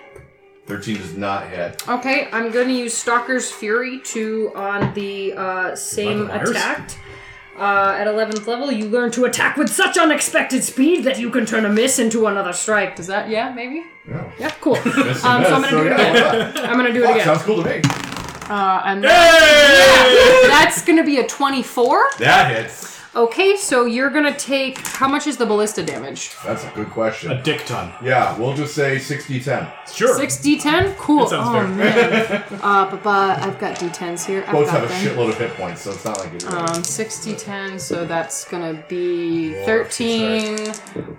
Speaker 1: Thirteen does not hit.
Speaker 3: Okay, I'm gonna use Stalker's Fury to on the uh, same
Speaker 2: Michael Myers?
Speaker 3: attack. Uh, at 11th level, you learn to attack with such unexpected speed that you can turn a miss into another strike. Does that, yeah, maybe?
Speaker 1: Yeah.
Speaker 3: Yeah, cool. um, so
Speaker 1: Yes,
Speaker 3: I'm
Speaker 1: yes,
Speaker 3: gonna do it
Speaker 1: yeah,
Speaker 3: again.
Speaker 1: why not?
Speaker 3: I'm gonna do it
Speaker 1: Fuck,
Speaker 3: again.
Speaker 1: sounds cool to me.
Speaker 3: Uh, and
Speaker 2: Hey!
Speaker 3: that's gonna be a 24.
Speaker 1: That hits.
Speaker 3: Okay, so you're gonna take how much is the ballista damage?
Speaker 1: That's a good question.
Speaker 2: A dick ton.
Speaker 1: Yeah, we'll just say 60-10.
Speaker 2: Sure.
Speaker 3: Six D10. Cool.
Speaker 2: That sounds
Speaker 3: oh
Speaker 2: fair.
Speaker 3: man. uh, but, but I've got D10s here. I've
Speaker 1: Both
Speaker 3: got
Speaker 1: have a
Speaker 3: them.
Speaker 1: shitload of hit points, so it's not like it's
Speaker 3: Um, 60, 10, so that's gonna be 13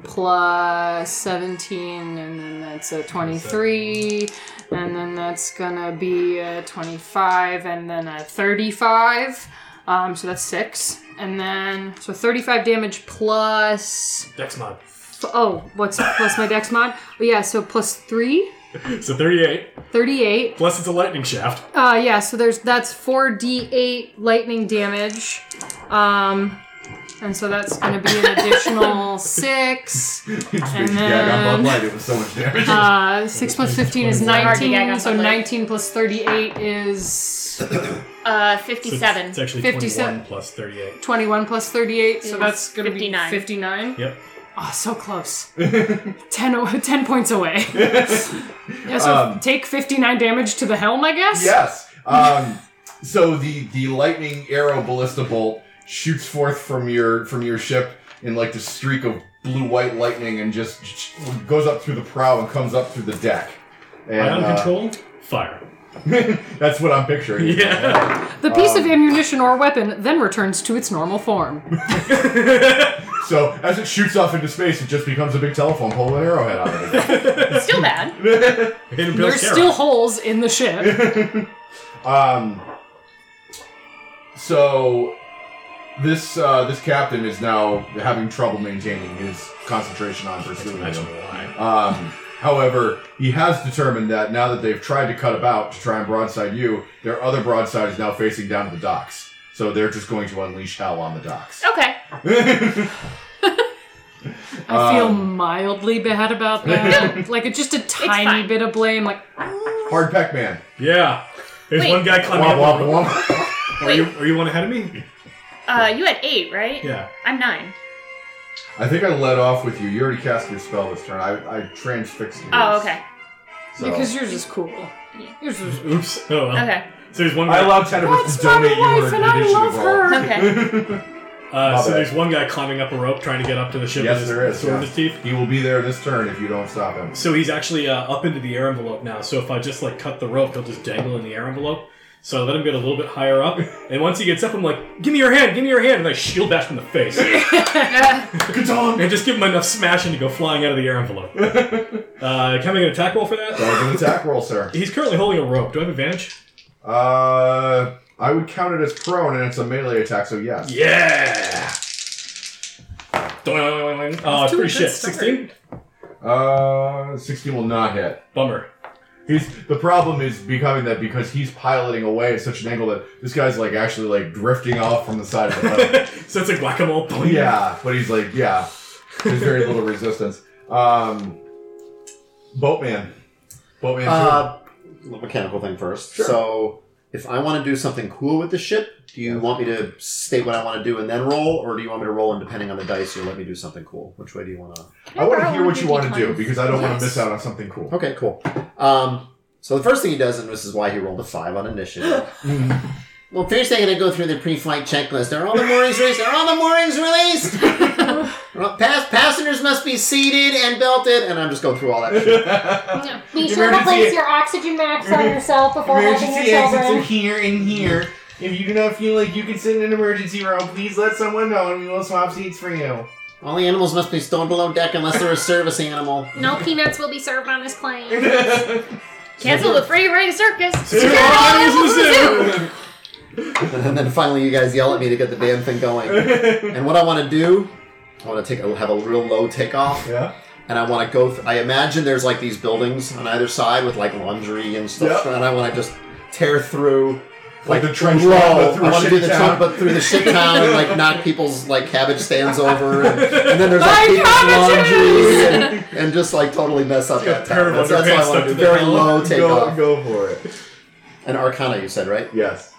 Speaker 3: plus 17, and then that's a 23, and then that's gonna be a 25, and then a 35. Um, so that's 6. And then, so 35 damage plus.
Speaker 2: Dex mod.
Speaker 3: Oh, what's plus my dex mod? Oh, yeah, so plus 3,
Speaker 2: So 38.
Speaker 3: 38.
Speaker 2: Plus it's a lightning shaft.
Speaker 3: Uh, yeah. So there's that's four d eight lightning damage, um, and so that's going to be an additional six.
Speaker 1: It's
Speaker 3: and
Speaker 1: big gag on Bud
Speaker 3: then- Um,
Speaker 1: Light. It was so much damage.
Speaker 3: Uh, six plus fifteen is
Speaker 4: hard to gag
Speaker 3: nineteen.
Speaker 4: on
Speaker 3: So
Speaker 4: Bud Light.
Speaker 3: nineteen plus thirty eight is
Speaker 2: So
Speaker 4: Uh,
Speaker 2: it's-
Speaker 4: 57.
Speaker 2: It's, actually
Speaker 3: 57.
Speaker 2: 21 plus 38.
Speaker 3: 21 plus 38, so
Speaker 4: Is
Speaker 3: that's gonna
Speaker 4: 59.
Speaker 3: be 59.
Speaker 2: Yep.
Speaker 3: Oh, so close. 10, o- 10 points away. yeah, so
Speaker 1: Um,
Speaker 3: take 59 damage to the helm, I guess?
Speaker 1: Yes. Um, so the the lightning arrow ballista bolt shoots forth from your from your ship in like the streak of blue white lightning and just sh- goes up through the prow and comes up through the deck. And,
Speaker 2: Ion
Speaker 1: uh,
Speaker 2: control, fire.
Speaker 1: that's what I'm picturing.
Speaker 2: Yeah.
Speaker 3: The piece
Speaker 1: Um,
Speaker 3: of ammunition or weapon then returns to its normal form.
Speaker 1: So as it shoots off into space, it just becomes a big telephone pole with an arrowhead on
Speaker 4: Still bad.
Speaker 1: it.
Speaker 2: Hidden Bill's
Speaker 3: There's
Speaker 2: Carrot.
Speaker 3: still holes in the ship.
Speaker 1: um, so this uh, this captain is now having trouble maintaining his concentration on pursuing
Speaker 2: Imagine
Speaker 1: them.
Speaker 2: why.
Speaker 1: Um, however, he has determined that now that they've tried to cut about to try and broadside you, their other broadside is now facing down to the docks. So they're just going to unleash hell on the docks.
Speaker 4: Okay.
Speaker 3: I feel
Speaker 1: Um,
Speaker 3: mildly bad about that. like, it's just a tiny
Speaker 4: fine.
Speaker 3: bit of blame. Like, Oh.
Speaker 1: Hard Peck Man.
Speaker 2: Yeah. There's
Speaker 4: Wait.
Speaker 2: one guy climbing
Speaker 1: Womp,
Speaker 2: up.
Speaker 1: womp, womp.
Speaker 2: Are you, are you one ahead of me?
Speaker 4: Uh, you had eight, right?
Speaker 2: Yeah.
Speaker 4: I'm nine.
Speaker 1: I think I let off with you. You already cast your spell this turn. I, I transfixed you.
Speaker 4: Oh, okay.
Speaker 1: So. Uh,
Speaker 3: because yours is cool. Yours is.
Speaker 2: Oops. Oh, well.
Speaker 4: Okay.
Speaker 2: So there's one
Speaker 1: I
Speaker 2: guy.
Speaker 1: allowed Tedibus
Speaker 3: That's
Speaker 1: to
Speaker 3: my
Speaker 1: donate you
Speaker 3: wife
Speaker 1: an
Speaker 3: and I
Speaker 1: initiative
Speaker 3: love
Speaker 1: roll.
Speaker 2: Oh.
Speaker 3: her.
Speaker 4: Okay.
Speaker 2: uh,
Speaker 1: my
Speaker 2: so
Speaker 1: bad.
Speaker 2: there's one guy climbing up a rope trying to get up to the ship
Speaker 1: Yes,
Speaker 2: with his
Speaker 1: there is,
Speaker 2: sword in
Speaker 1: yeah.
Speaker 2: his teeth.
Speaker 1: He will be there this turn if you don't stop him.
Speaker 2: So he's actually uh, up into the air envelope now. So if I just like cut the rope, he'll just dangle in the air envelope. So I let him get a little bit higher up, and once he gets up, I'm like, "Give me your hand, give me your hand," and I shield bash him in the face, and
Speaker 1: Katon!
Speaker 2: just give him enough smashing to go flying out of the air envelope. Uh, can I make an attack roll for that?
Speaker 1: That was an attack roll, sir.
Speaker 2: He's currently holding a rope. Do I have advantage?
Speaker 1: Uh, I would count it as prone, and it's a melee attack, so yes.
Speaker 2: Yeah. Doing. Oh, it's
Speaker 3: to a
Speaker 2: pretty
Speaker 3: good
Speaker 2: shit.
Speaker 3: start.
Speaker 2: Sixteen.
Speaker 1: Uh, 16 will not hit.
Speaker 2: Bummer.
Speaker 1: He's the problem is becoming that because he's piloting away at such an angle that this guy's like actually like drifting off from the side of the boat.
Speaker 2: so it's like whack a mole.
Speaker 1: yeah, but he's like yeah, there's very little resistance. Um, boatman, boatman.
Speaker 5: Uh, little mechanical thing first.
Speaker 1: Sure.
Speaker 5: So, if I want to do something cool with the ship, do you
Speaker 1: Yeah.
Speaker 5: want me to state what I want to do and then roll, or do you want me to roll and depending on the dice, you'll let me do something cool? Which way do you want to?
Speaker 1: I want to
Speaker 4: borrow
Speaker 1: hear
Speaker 4: one
Speaker 1: what
Speaker 4: of
Speaker 1: you
Speaker 4: your
Speaker 1: want to do
Speaker 4: D20s?
Speaker 1: because I don't want
Speaker 4: Yes.
Speaker 1: to miss out on something cool.
Speaker 5: Okay, cool. Um, so the first thing he does, and this is why he rolled a five on initiative.
Speaker 8: Well, first I gotta go through the pre-flight checklist. Are all the moorings released? Are all the moorings released? Well, pass- passengers must be seated and belted, and I'm just going through all that shit.
Speaker 9: Be
Speaker 1: You
Speaker 9: sure
Speaker 1: already
Speaker 9: to place
Speaker 1: see-
Speaker 9: your oxygen max on yourself before helping your children.
Speaker 1: here and here. If you do not feel like you can sit in an emergency room, please let someone know and we will swap seats for you.
Speaker 8: All the animals must be stowed below deck unless they're a service animal.
Speaker 9: No peanuts will be served on this plane.
Speaker 4: Cancel the free rate circus.
Speaker 5: and then finally, you guys yell at me to get the damn thing going. and what I want to do, I want to take a, have a real low takeoff.
Speaker 1: yeah.
Speaker 5: and I want to go. Th- I imagine there's like these buildings on either side with like laundry and stuff,
Speaker 1: Yep.
Speaker 5: and I want to just tear through.
Speaker 1: Like the trench
Speaker 5: low.
Speaker 1: run, but through
Speaker 5: I want
Speaker 1: shit
Speaker 5: to do the
Speaker 1: town.
Speaker 5: trench, but through the shit town and like knock people's like cabbage stands over, and, and then there's like people's laundry, and, and just like totally mess up that
Speaker 2: a pair
Speaker 5: town.
Speaker 2: of
Speaker 5: That's, that's
Speaker 2: underpants
Speaker 5: what I
Speaker 2: stuck
Speaker 5: want to
Speaker 2: to
Speaker 5: do.
Speaker 2: the
Speaker 5: Very
Speaker 2: helm.
Speaker 5: low
Speaker 1: Go,
Speaker 5: takeoff.
Speaker 1: go for it.
Speaker 5: And Arcana, you said right?
Speaker 1: Yes.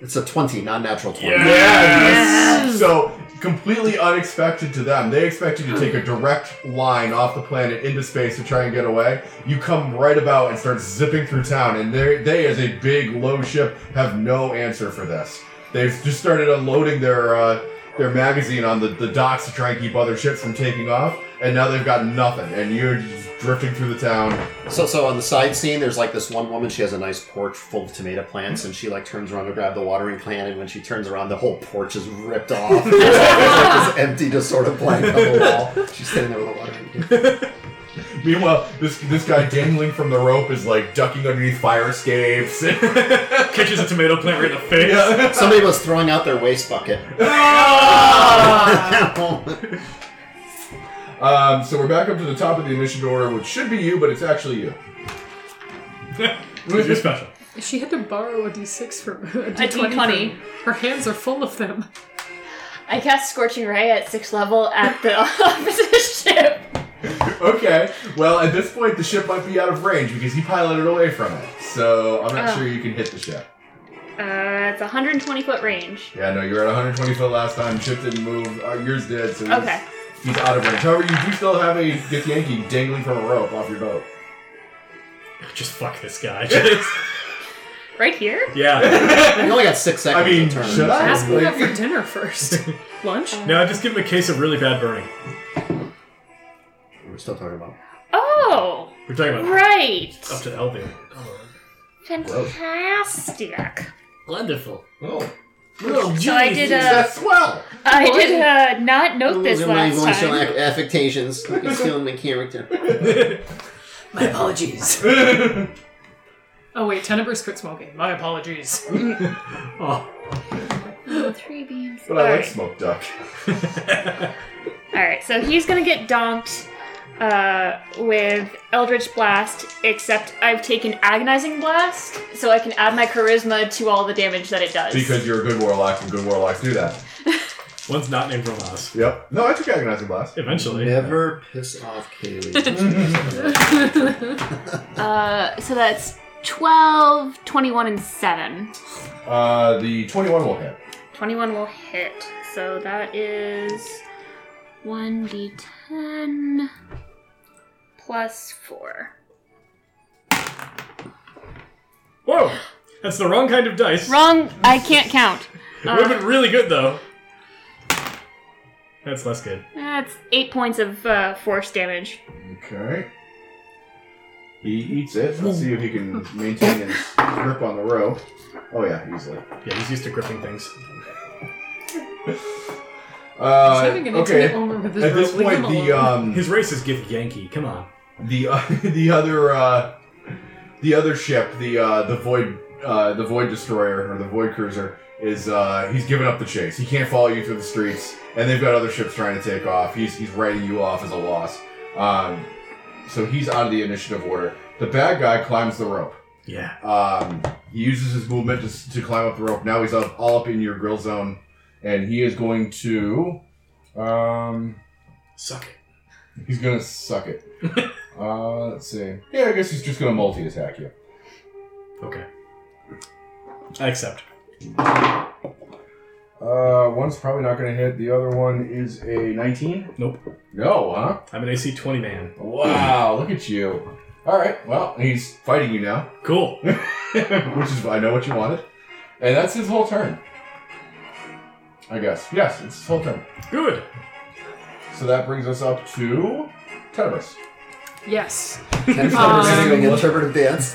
Speaker 5: It's a twenty, non-natural twenty.
Speaker 1: Yes. So completely unexpected to them. They expect you to take a direct line off the planet into space to try and get away. You come right about and start zipping through town, and they they as a big low ship have no answer for this. They've just started unloading their uh, their magazine on the, the docks to try and keep other ships from taking off, and now they've got nothing. And you're just drifting through the town.
Speaker 5: So, so on the side scene, there's like this one woman. She has a nice porch full of tomato plants, and she like turns around to grab the watering can, and when she turns around, the whole porch is ripped off. it's like this empty, just sort of blank on the wall. She's standing there with a watering can.
Speaker 1: Meanwhile, this this guy dangling from the rope is like ducking underneath fire escapes.
Speaker 2: Catches a tomato plant right in the face.
Speaker 5: Somebody was throwing out their waste bucket.
Speaker 1: Um, so we're back up to the top of the initiative order, which should be you, but it's actually you.
Speaker 2: You're special.
Speaker 3: She had to borrow a d6 from a d20.
Speaker 4: D20.
Speaker 3: from- Her hands are full of them.
Speaker 4: I cast Scorching Ray at sixth level at the opposite ship.
Speaker 1: Okay. Well, at this point, the ship might be out of range because he piloted away from it. So I'm not
Speaker 4: Oh.
Speaker 1: sure you can hit the ship.
Speaker 4: Uh, it's 120 foot range.
Speaker 1: Yeah, no, you were at 120 foot last time. Chip didn't move. Uh, yours did, so he's,
Speaker 4: Okay.
Speaker 1: he's out of range. However, you do still have a Get Yankee dangling from a rope off your boat.
Speaker 2: Just fuck this guy. Just-
Speaker 4: Right here?
Speaker 2: yeah.
Speaker 5: You only got six seconds.
Speaker 1: I mean,
Speaker 5: to turn.
Speaker 1: should I?
Speaker 3: Ask me
Speaker 1: Oh, Like-
Speaker 3: out for dinner first. Lunch?
Speaker 2: No, just give him a case of really bad burning.
Speaker 6: We're still talking about.
Speaker 4: Oh,
Speaker 2: We're talking about
Speaker 4: right.
Speaker 2: up to the healthy.
Speaker 4: Fantastic.
Speaker 2: Wonderful.
Speaker 6: Oh,
Speaker 4: So I did a,
Speaker 6: that's swell.
Speaker 4: I did uh not note this
Speaker 5: You're not even
Speaker 4: last
Speaker 5: showing
Speaker 4: time.
Speaker 5: aff- affectations. You're stealing my character.
Speaker 3: My apologies. oh wait, Tenebris quit smoking. My apologies.
Speaker 2: Oh.
Speaker 4: Three beams.
Speaker 1: But I like
Speaker 4: Alright.
Speaker 1: smoked duck.
Speaker 4: All right, so he's gonna get donked uh, with Eldritch Blast, except I've taken Agonizing Blast, so I can add my Charisma to all the damage that it does.
Speaker 1: Because you're a good warlock, and good warlocks do that.
Speaker 2: One's not named Romas.
Speaker 1: Yep. No, I took agonizing blast.
Speaker 2: Eventually.
Speaker 6: Never piss off Kaylee.
Speaker 4: uh, so that's 12, 21, and 7.
Speaker 1: Uh, the 21 will hit.
Speaker 4: 21 will hit, so that is 1d10 plus 4.
Speaker 2: Whoa! That's the wrong kind of dice.
Speaker 4: Wrong, I can't count.
Speaker 2: It would
Speaker 4: uh,
Speaker 2: have been really good though. That's less good.
Speaker 4: That's 8 points of uh, force damage.
Speaker 1: Okay. He eats it. Let's see if he can maintain his grip on the rope. Oh yeah, easily.
Speaker 2: Yeah, he's used to gripping things.
Speaker 3: He's
Speaker 1: Uh,
Speaker 3: having an
Speaker 1: okay.
Speaker 3: intimate moment with his
Speaker 1: At this
Speaker 3: girl. Leave
Speaker 1: point,
Speaker 3: him
Speaker 1: the
Speaker 3: alone.
Speaker 1: um,
Speaker 2: His race is Give Yankee. Come on.
Speaker 1: the uh, the other uh, the other ship, the uh, the void uh, the void destroyer or the void cruiser is uh, he's given up the chase. He can't follow you through the streets, and they've got other ships trying to take off. He's he's writing you off as a loss. Um, so he's out of the initiative order. The bad guy climbs the rope.
Speaker 2: Yeah.
Speaker 1: Um, he uses his movement to, s- to climb up the rope. Now he's up, all up in your grill zone, and he is going to um,
Speaker 2: Suck it.
Speaker 1: He's gonna suck it. uh, let's see. Yeah, I guess he's just gonna multi attack you.
Speaker 2: Okay. I accept.
Speaker 1: Uh, one's probably not gonna hit. The other one is a 19.
Speaker 2: Nope.
Speaker 1: No, huh?
Speaker 2: I'm an AC 20 man.
Speaker 1: Wow, look at you. All right. Well, he's fighting you now,
Speaker 2: Cool.
Speaker 1: which is I know what you wanted, and that's his whole turn. I guess. Yes, it's his whole turn.
Speaker 2: Good.
Speaker 1: So that brings us up to Tenebris.
Speaker 3: yes.
Speaker 6: Ken
Speaker 3: Um,
Speaker 6: Flipper's doing interpretive dance.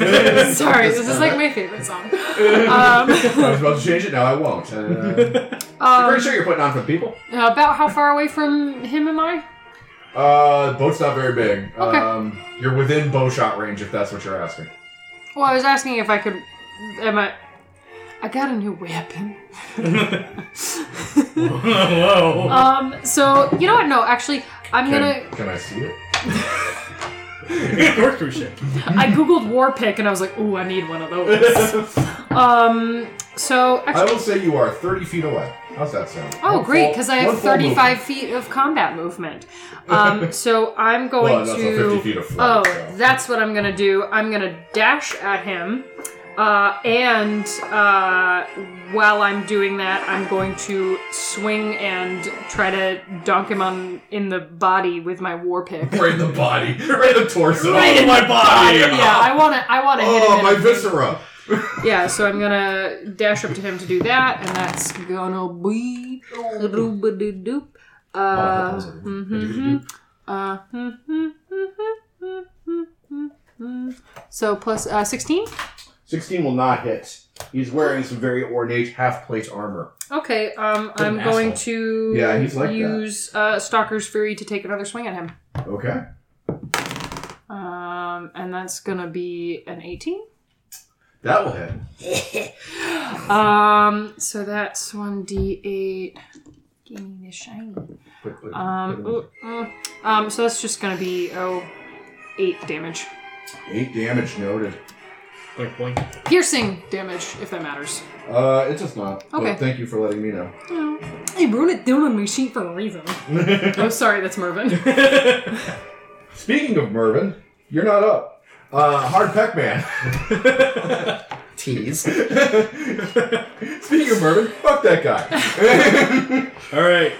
Speaker 3: Sorry, this is like my favorite song. Um,
Speaker 1: I was about to change it. Now I won't. Uh, I'm
Speaker 3: um,
Speaker 1: pretty sure you're putting on for the people.
Speaker 3: about how far away from him am I?
Speaker 1: Uh, the boat's not very big.
Speaker 3: Okay.
Speaker 1: Um, you're within bowshot range if that's what you're asking.
Speaker 3: Well, I was asking if I could. Am I? I got a new weapon.
Speaker 2: Whoa.
Speaker 3: Um, so you know what? No, actually, I'm
Speaker 1: Can,
Speaker 3: gonna.
Speaker 1: can I see it?
Speaker 2: It's corkscrew shape.
Speaker 3: I googled war pick and I was like, ooh, I need one of those. um, so
Speaker 1: I
Speaker 3: actually,
Speaker 1: will say you are 30 feet away. How's that sound?
Speaker 3: oh
Speaker 1: One
Speaker 3: great,
Speaker 1: full-
Speaker 3: because I
Speaker 1: one
Speaker 3: have
Speaker 1: full
Speaker 3: 35 feet of combat movement. Um, so I'm
Speaker 1: Well,
Speaker 3: going
Speaker 1: that's a
Speaker 3: to.
Speaker 1: 50 feet of flight,
Speaker 3: oh,
Speaker 1: so.
Speaker 3: that's what I'm gonna do. I'm gonna dash at him. Uh, and uh, while I'm doing that, I'm going to swing and try to dunk him on in the body with my war pick.
Speaker 1: movement. Right in the body, right in the torso, Oh,
Speaker 3: Right in
Speaker 1: my body.
Speaker 3: yeah, I wanna, I wanna hit him.
Speaker 1: Oh,
Speaker 3: in
Speaker 1: my
Speaker 3: a-
Speaker 1: viscera.
Speaker 3: yeah, so I'm gonna dash up to him to do that, and that's gonna be. doop.
Speaker 1: Oh,
Speaker 3: Uh, mhm. Uh, mhm, mhm, mhm, mhm, mhm. so plus uh, 16?
Speaker 1: 16 will not hit. He's wearing some very ornate half plate armor.
Speaker 3: Okay, um,
Speaker 2: an
Speaker 3: I'm going
Speaker 2: asshole.
Speaker 3: to
Speaker 1: Yeah, he's like that.
Speaker 3: use uh, Stalker's Fury to take another swing at him.
Speaker 1: Okay.
Speaker 3: Um, and that's gonna be an 18.
Speaker 1: That will hit.
Speaker 3: Um, so that's 1d8. Give me the shiny.
Speaker 1: Quickly.
Speaker 3: Um, ooh, mm, um, so that's just gonna be oh, eight damage,
Speaker 1: Eight damage noted.
Speaker 2: Boink, boink.
Speaker 3: piercing damage if that matters.
Speaker 1: Uh, it does not.
Speaker 3: Okay.
Speaker 1: But thank you for letting me know.
Speaker 3: I wrote it down on my sheet for a reason. I'm Oh, sorry, that's Mervin.
Speaker 1: Speaking of Mervin, you're not up. Uh, hard peck man.
Speaker 6: tease.
Speaker 1: Speaking of bourbon, fuck that guy.
Speaker 2: All right.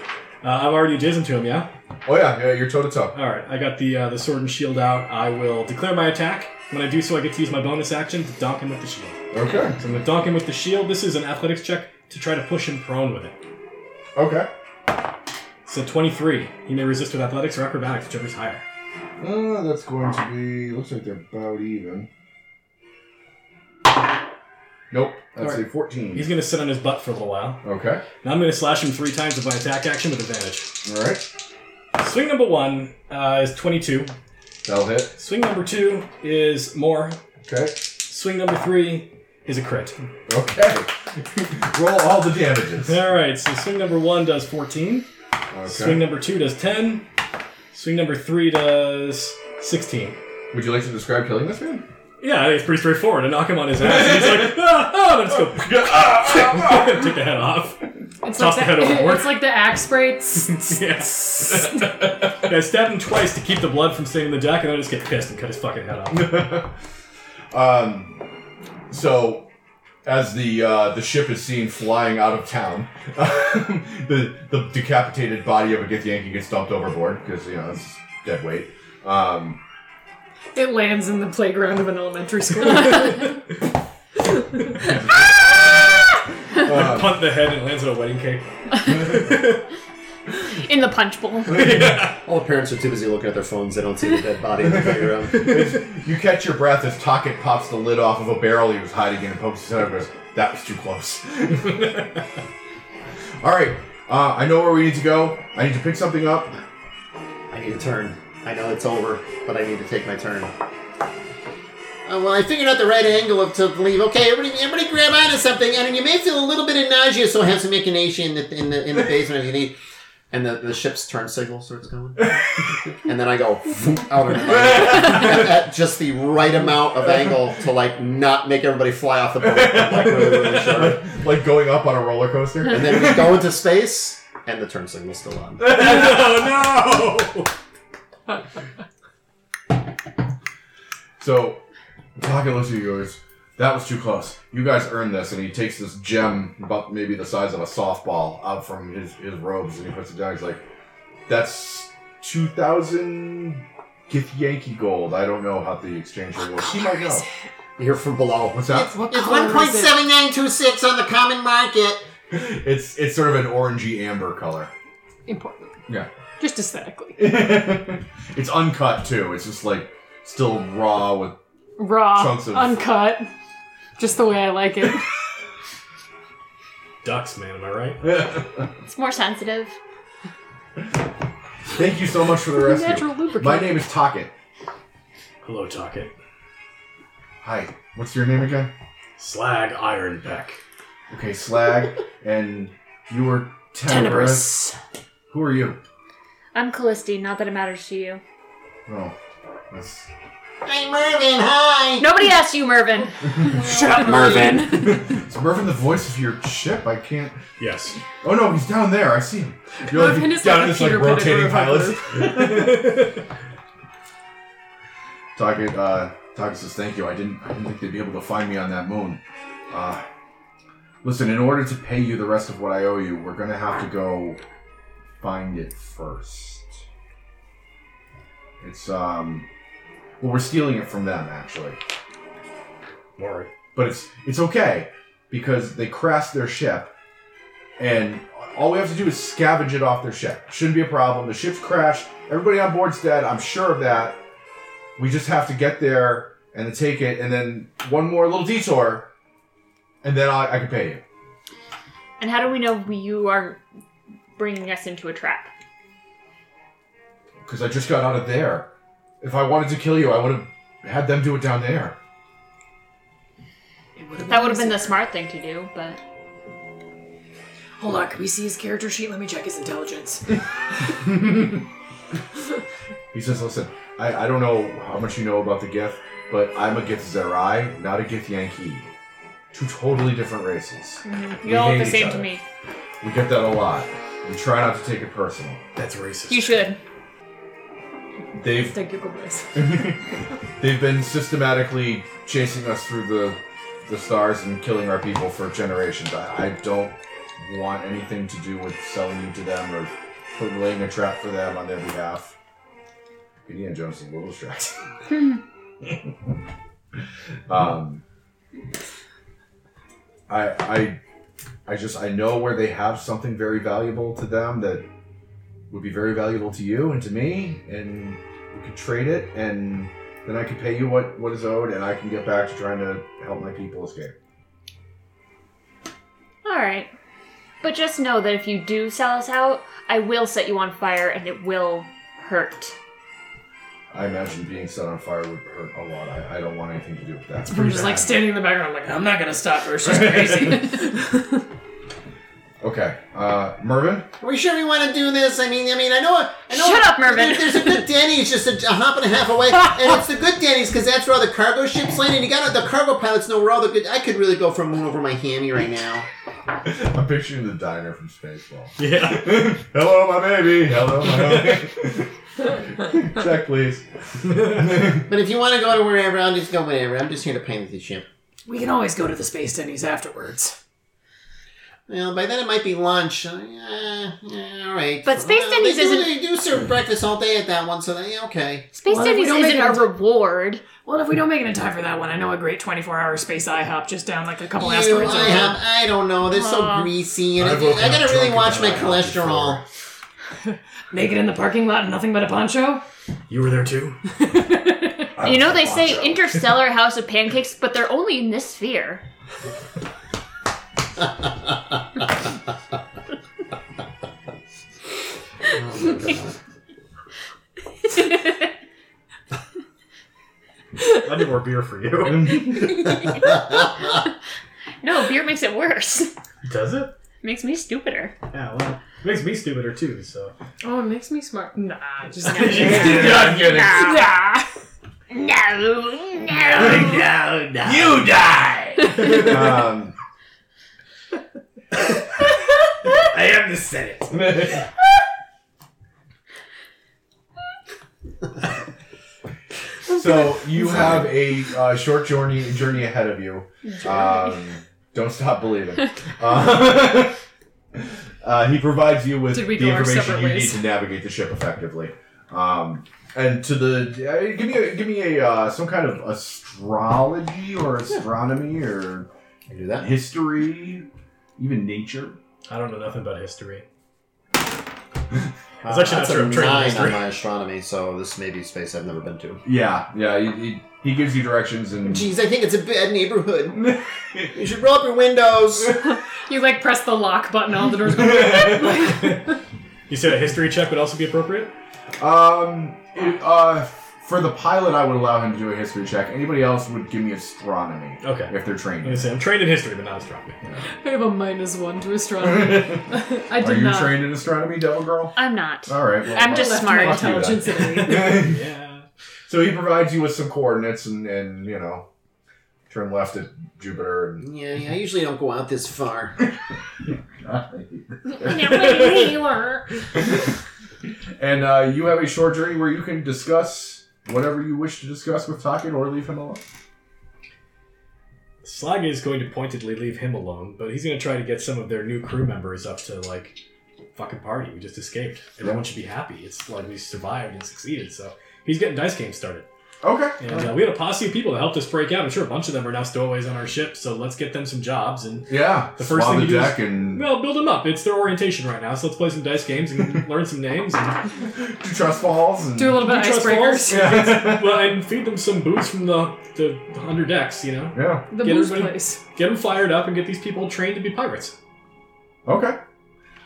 Speaker 2: Uh, I'm already adjacent to him, yeah?
Speaker 1: oh yeah, yeah, you're toe to toe.
Speaker 2: All right, I got the uh, the sword and shield out. I will declare my attack. When I do so, I get to use my bonus action to donk him with the shield.
Speaker 1: Okay,
Speaker 2: So I'm gonna donk him with the shield. This is an athletics check to try to push him prone with it.
Speaker 1: okay.
Speaker 2: So 23. He may resist with athletics or acrobatics, whichever's higher.
Speaker 1: Uh, that's going to be. Looks like they're about even. Nope, that's
Speaker 2: Alright.
Speaker 1: a 14.
Speaker 2: He's gonna sit on his butt for a little while.
Speaker 1: Okay,
Speaker 2: Now I'm gonna slash him three times with my attack action with advantage.
Speaker 1: alright.
Speaker 2: Swing number one uh, is 22.
Speaker 1: That'll hit.
Speaker 2: Swing number two is more.
Speaker 1: Okay,
Speaker 2: Swing number three is a crit.
Speaker 1: okay. Roll all the damages.
Speaker 2: All right, so swing number one does 14.
Speaker 1: Okay.
Speaker 2: Swing number two does 10. Swing number three does 16.
Speaker 1: Would you like to describe killing this man?
Speaker 2: Yeah, I think it's pretty straightforward. I knock him on his ass, and he's like, ah, ah, and I just go, take the head off.
Speaker 3: It's
Speaker 2: Toss
Speaker 3: like,
Speaker 2: the head
Speaker 3: the,
Speaker 2: overboard.
Speaker 3: it's like the axe spray. Tss,
Speaker 2: Yes. I stab him twice to keep the blood from staining the deck, and then I just get pissed and cut his fucking head off.
Speaker 1: Um, so, as the uh, the ship is seen flying out of town, the the decapitated body of a Githyanki gets dumped overboard because you know it's dead weight. Um,
Speaker 3: tss. It lands in the playground of an elementary school. I
Speaker 2: I
Speaker 1: um,
Speaker 2: punt the head and it lands on a wedding cake.
Speaker 4: in the punch bowl.
Speaker 6: All the parents are too busy looking at their phones. They don't see the dead body in the playground.
Speaker 1: you catch your breath as Tocket pops the lid off of a barrel he was hiding in and pokes his head up and goes, "That was too close." All right, uh, I know where we need to go. I need to pick something up.
Speaker 6: I need a turn. I know it's over, but I need to take my turn.
Speaker 5: Uh, well, I figured out the right angle of to leave. Okay, everybody, everybody grab onto something, and you may feel a little bit of nausea, so have some echinacea in the in the, in the basement if you need.
Speaker 6: And the, the ship's turn signal starts going. and then I go out of at, at just the right amount of angle to like not make everybody fly off the boat. but, like really, really sharp.
Speaker 1: Like going up on a roller coaster.
Speaker 6: And then we go into space and the turn signal's still on.
Speaker 2: oh no!
Speaker 1: So, Pocket looks at you and goes, That was too close. You guys earned this. And he takes this gem, about maybe the size of a softball, out from his, his robes and he puts it down. He's like, That's 2,000 Gith Yankee gold. I don't know how the exchange rate works. He might know.
Speaker 6: You're from below.
Speaker 1: What's that?
Speaker 5: It's,
Speaker 3: What
Speaker 5: it's
Speaker 3: color is
Speaker 5: one
Speaker 3: it?
Speaker 5: point seven nine two six on the common market.
Speaker 1: It's it's sort of an orangey amber color.
Speaker 3: Important.
Speaker 1: Yeah.
Speaker 3: Just aesthetically.
Speaker 1: it's uncut too. It's just like still raw with
Speaker 3: Raw,
Speaker 1: Chunks of-
Speaker 3: uncut. Just the way I like it.
Speaker 2: Ducks, man, am I right?
Speaker 4: It's more sensitive.
Speaker 1: Thank you so much for the rescue.
Speaker 3: Natural lubricant.
Speaker 1: My name is Tocket.
Speaker 2: Hello, Tocket.
Speaker 1: Hi. What's your name again?
Speaker 2: Slag Iron Peck.
Speaker 1: Okay, Slag, and you were Tenebris.
Speaker 3: Tenebris.
Speaker 1: Who are you?
Speaker 4: I'm Callisti, not that it matters to you.
Speaker 1: Oh, that's
Speaker 5: Hey, Mervin, hi.
Speaker 4: Nobody asked you, Mervin.
Speaker 5: Mervin.
Speaker 1: it's Mervin, the voice of your ship. I can't.
Speaker 2: Yes.
Speaker 1: Oh no, he's down there. I see him. You're
Speaker 3: Mervin is like a Peter Pettigrew of
Speaker 1: Target, uh, Target says, "Thank you. I didn't. I didn't think they'd be able to find me on that moon. Uh, listen, in order to pay you the rest of what I owe you, we're gonna have to go find it first. It's um, well, we're stealing it from them actually."
Speaker 2: Worry.
Speaker 1: But it's it's okay because they crashed their ship, and all we have to do is scavenge it off their ship. Shouldn't be a problem. The ship's crashed. Everybody on board's dead. I'm sure of that. We just have to get there and then take it, and then one more little detour, and then I, I can pay you.
Speaker 4: And how do we know you are bringing us into a trap?
Speaker 1: Because I just got out of there. If I wanted to kill you, I would have had them do it down there.
Speaker 4: That would have been the smart thing to do, but
Speaker 3: Hold on, can we see his character sheet? Let me check his intelligence.
Speaker 1: He says, "Listen, I, I don't know how much you know about the Gith, but I'm a Gith Zerai, not a Gith Yankee. Two totally different races.
Speaker 4: you all
Speaker 1: hate
Speaker 4: look the
Speaker 1: each
Speaker 4: same to
Speaker 1: other.
Speaker 4: me.
Speaker 1: We get that a lot. We try not to take it personal.
Speaker 2: That's racist.
Speaker 4: You should.
Speaker 1: They've
Speaker 3: Thank you, Gomez.
Speaker 1: they've been systematically chasing us through the the stars and killing our people for generations. I, I don't want anything to do with selling you to them or put, laying a trap for them on their behalf. Indiana Jones is a little distracted. um, I, I, I just I know where they have something very valuable to them that would be very valuable to you and to me, and we could trade it, and then I could pay you what what is owed, and I can get back to trying to help my people escape.
Speaker 4: All right. But just know that if you do sell us out, I will set you on fire and it will hurt.
Speaker 1: I imagine being set on fire would hurt a lot. I, I don't want anything to do with that.
Speaker 3: I'm just like standing in the background, like, I'm not gonna stop her, she's crazy.
Speaker 1: Okay, uh, Mervin.
Speaker 5: Are we sure we want to do this? I mean, I mean, I know, I know.
Speaker 4: Shut up, Mervin.
Speaker 5: there- There's a good Denny's just a, a hop and a half away, and it's the good Denny's because that's where all the cargo ships land, and you got the cargo pilots know where all the good. I could really go for a moon over my hammy right now.
Speaker 1: I'm picturing the diner from Spaceball.
Speaker 2: Yeah.
Speaker 1: Hello, my baby. Hello, my baby. Check, please.
Speaker 5: But if you want to go to wherever, I'll just go wherever. I'm just here to pilot the ship.
Speaker 3: we can always go to the Space Denny's afterwards.
Speaker 5: Well, by then it might be lunch. Uh, yeah, all right.
Speaker 4: But Space
Speaker 5: Well,
Speaker 4: Denny's
Speaker 5: they do-
Speaker 4: isn't-
Speaker 5: They do serve breakfast all day at that one, so they, okay.
Speaker 4: Space
Speaker 3: Well, if we
Speaker 4: Denny's
Speaker 3: don't make
Speaker 4: isn't a
Speaker 3: it into-
Speaker 4: reward.
Speaker 3: Well, if we don't make it in time for that one, I know a great 24 hour space IHOP just down like a couple
Speaker 5: You,
Speaker 3: asteroids
Speaker 5: I,
Speaker 3: over.
Speaker 5: have, I don't know. They're so
Speaker 4: Aw.
Speaker 5: greasy, and I,
Speaker 1: I've woken
Speaker 5: I gotta
Speaker 1: up
Speaker 5: really
Speaker 1: drunk
Speaker 5: watch my
Speaker 1: about an hour
Speaker 5: cholesterol.
Speaker 3: Make it in the parking lot and nothing but a poncho?
Speaker 2: You were there too?
Speaker 1: I
Speaker 4: You know,
Speaker 1: was
Speaker 4: they
Speaker 1: a
Speaker 4: say
Speaker 1: poncho.
Speaker 4: interstellar house of pancakes, but they're only in this sphere.
Speaker 2: I did more beer for you.
Speaker 4: No, beer makes it worse.
Speaker 2: Does it?
Speaker 4: makes me stupider.
Speaker 2: Yeah, well. It makes me stupider too, so.
Speaker 3: Oh, it makes me smart. Nah, just
Speaker 2: I'm kidding.
Speaker 3: Nah.
Speaker 4: No, no.
Speaker 2: No, no. You die!
Speaker 1: Um,
Speaker 2: I am the Senate.
Speaker 1: so you have a uh, short journey journey ahead of you. Um, don't stop believing. Uh, uh, he provides you with the
Speaker 3: Did we go our
Speaker 1: information
Speaker 3: separate
Speaker 1: you need
Speaker 3: ways?
Speaker 1: to navigate the ship effectively. Um, and to the uh, give me a, give me a uh, some kind of astrology or astronomy or
Speaker 6: Can do that.
Speaker 1: history, even nature.
Speaker 2: I don't know nothing about history. It's actually
Speaker 6: that's
Speaker 2: not true.
Speaker 6: a
Speaker 2: I'm trading
Speaker 6: nine
Speaker 2: history.
Speaker 6: on my astronomy, so this may be space I've never been to.
Speaker 1: Yeah, yeah. He, he, he gives you directions and
Speaker 5: Jeez, I think it's a bad neighborhood. You should roll up your windows.
Speaker 3: You like press the lock button, all the doors go.
Speaker 2: You said a history check would also be appropriate?
Speaker 1: Um, it, uh, for the pilot, I would allow him to do a history check. Anybody else would give me astronomy
Speaker 2: Okay.
Speaker 1: if they're
Speaker 2: I'm
Speaker 1: trained.
Speaker 2: gonna say I'm trained in history, but not astronomy.
Speaker 3: I have a minus one to astronomy. I
Speaker 1: Are
Speaker 3: did
Speaker 1: you
Speaker 3: not.
Speaker 1: trained in astronomy, Devil Girl?
Speaker 4: I'm not.
Speaker 1: All right. Well,
Speaker 4: I'm
Speaker 3: I
Speaker 4: just
Speaker 3: left
Speaker 4: smart.
Speaker 3: My
Speaker 1: Fuck you,
Speaker 3: intelligence at eight.
Speaker 1: smart.
Speaker 2: Yeah.
Speaker 1: so he provides you with some coordinates, and, and you know, turn left at Jupiter. And
Speaker 5: Yeah, yeah, I usually don't go out this far.
Speaker 1: and uh, you have a short journey where you can discuss whatever you wish to discuss with Taken or leave him alone.
Speaker 2: Slag is going to pointedly leave him alone, but he's going to try to get some of their new crew members up to like fucking party. We just escaped. Everyone should be happy. It's like we survived and succeeded. So he's getting dice games started.
Speaker 1: Okay.
Speaker 2: And uh, we had a posse of people that helped us break out. I'm sure a bunch of them are now stowaways on our ship. So let's get them some jobs and
Speaker 1: Yeah.
Speaker 2: The first
Speaker 1: Swab
Speaker 2: thing
Speaker 1: the
Speaker 2: you do
Speaker 1: deck and
Speaker 2: well build them up. It's their orientation right now. So let's play some dice games and learn some names and
Speaker 1: do trust falls. And
Speaker 3: Do a little bit of
Speaker 2: Trust
Speaker 3: icebreakers.
Speaker 2: falls.
Speaker 1: Yeah.
Speaker 2: well and feed them some booze from the the under decks. You know,
Speaker 1: yeah.
Speaker 3: The
Speaker 2: Get
Speaker 3: booze
Speaker 2: everybody-
Speaker 3: place.
Speaker 2: get them fired up and get these people trained to be pirates.
Speaker 1: Okay.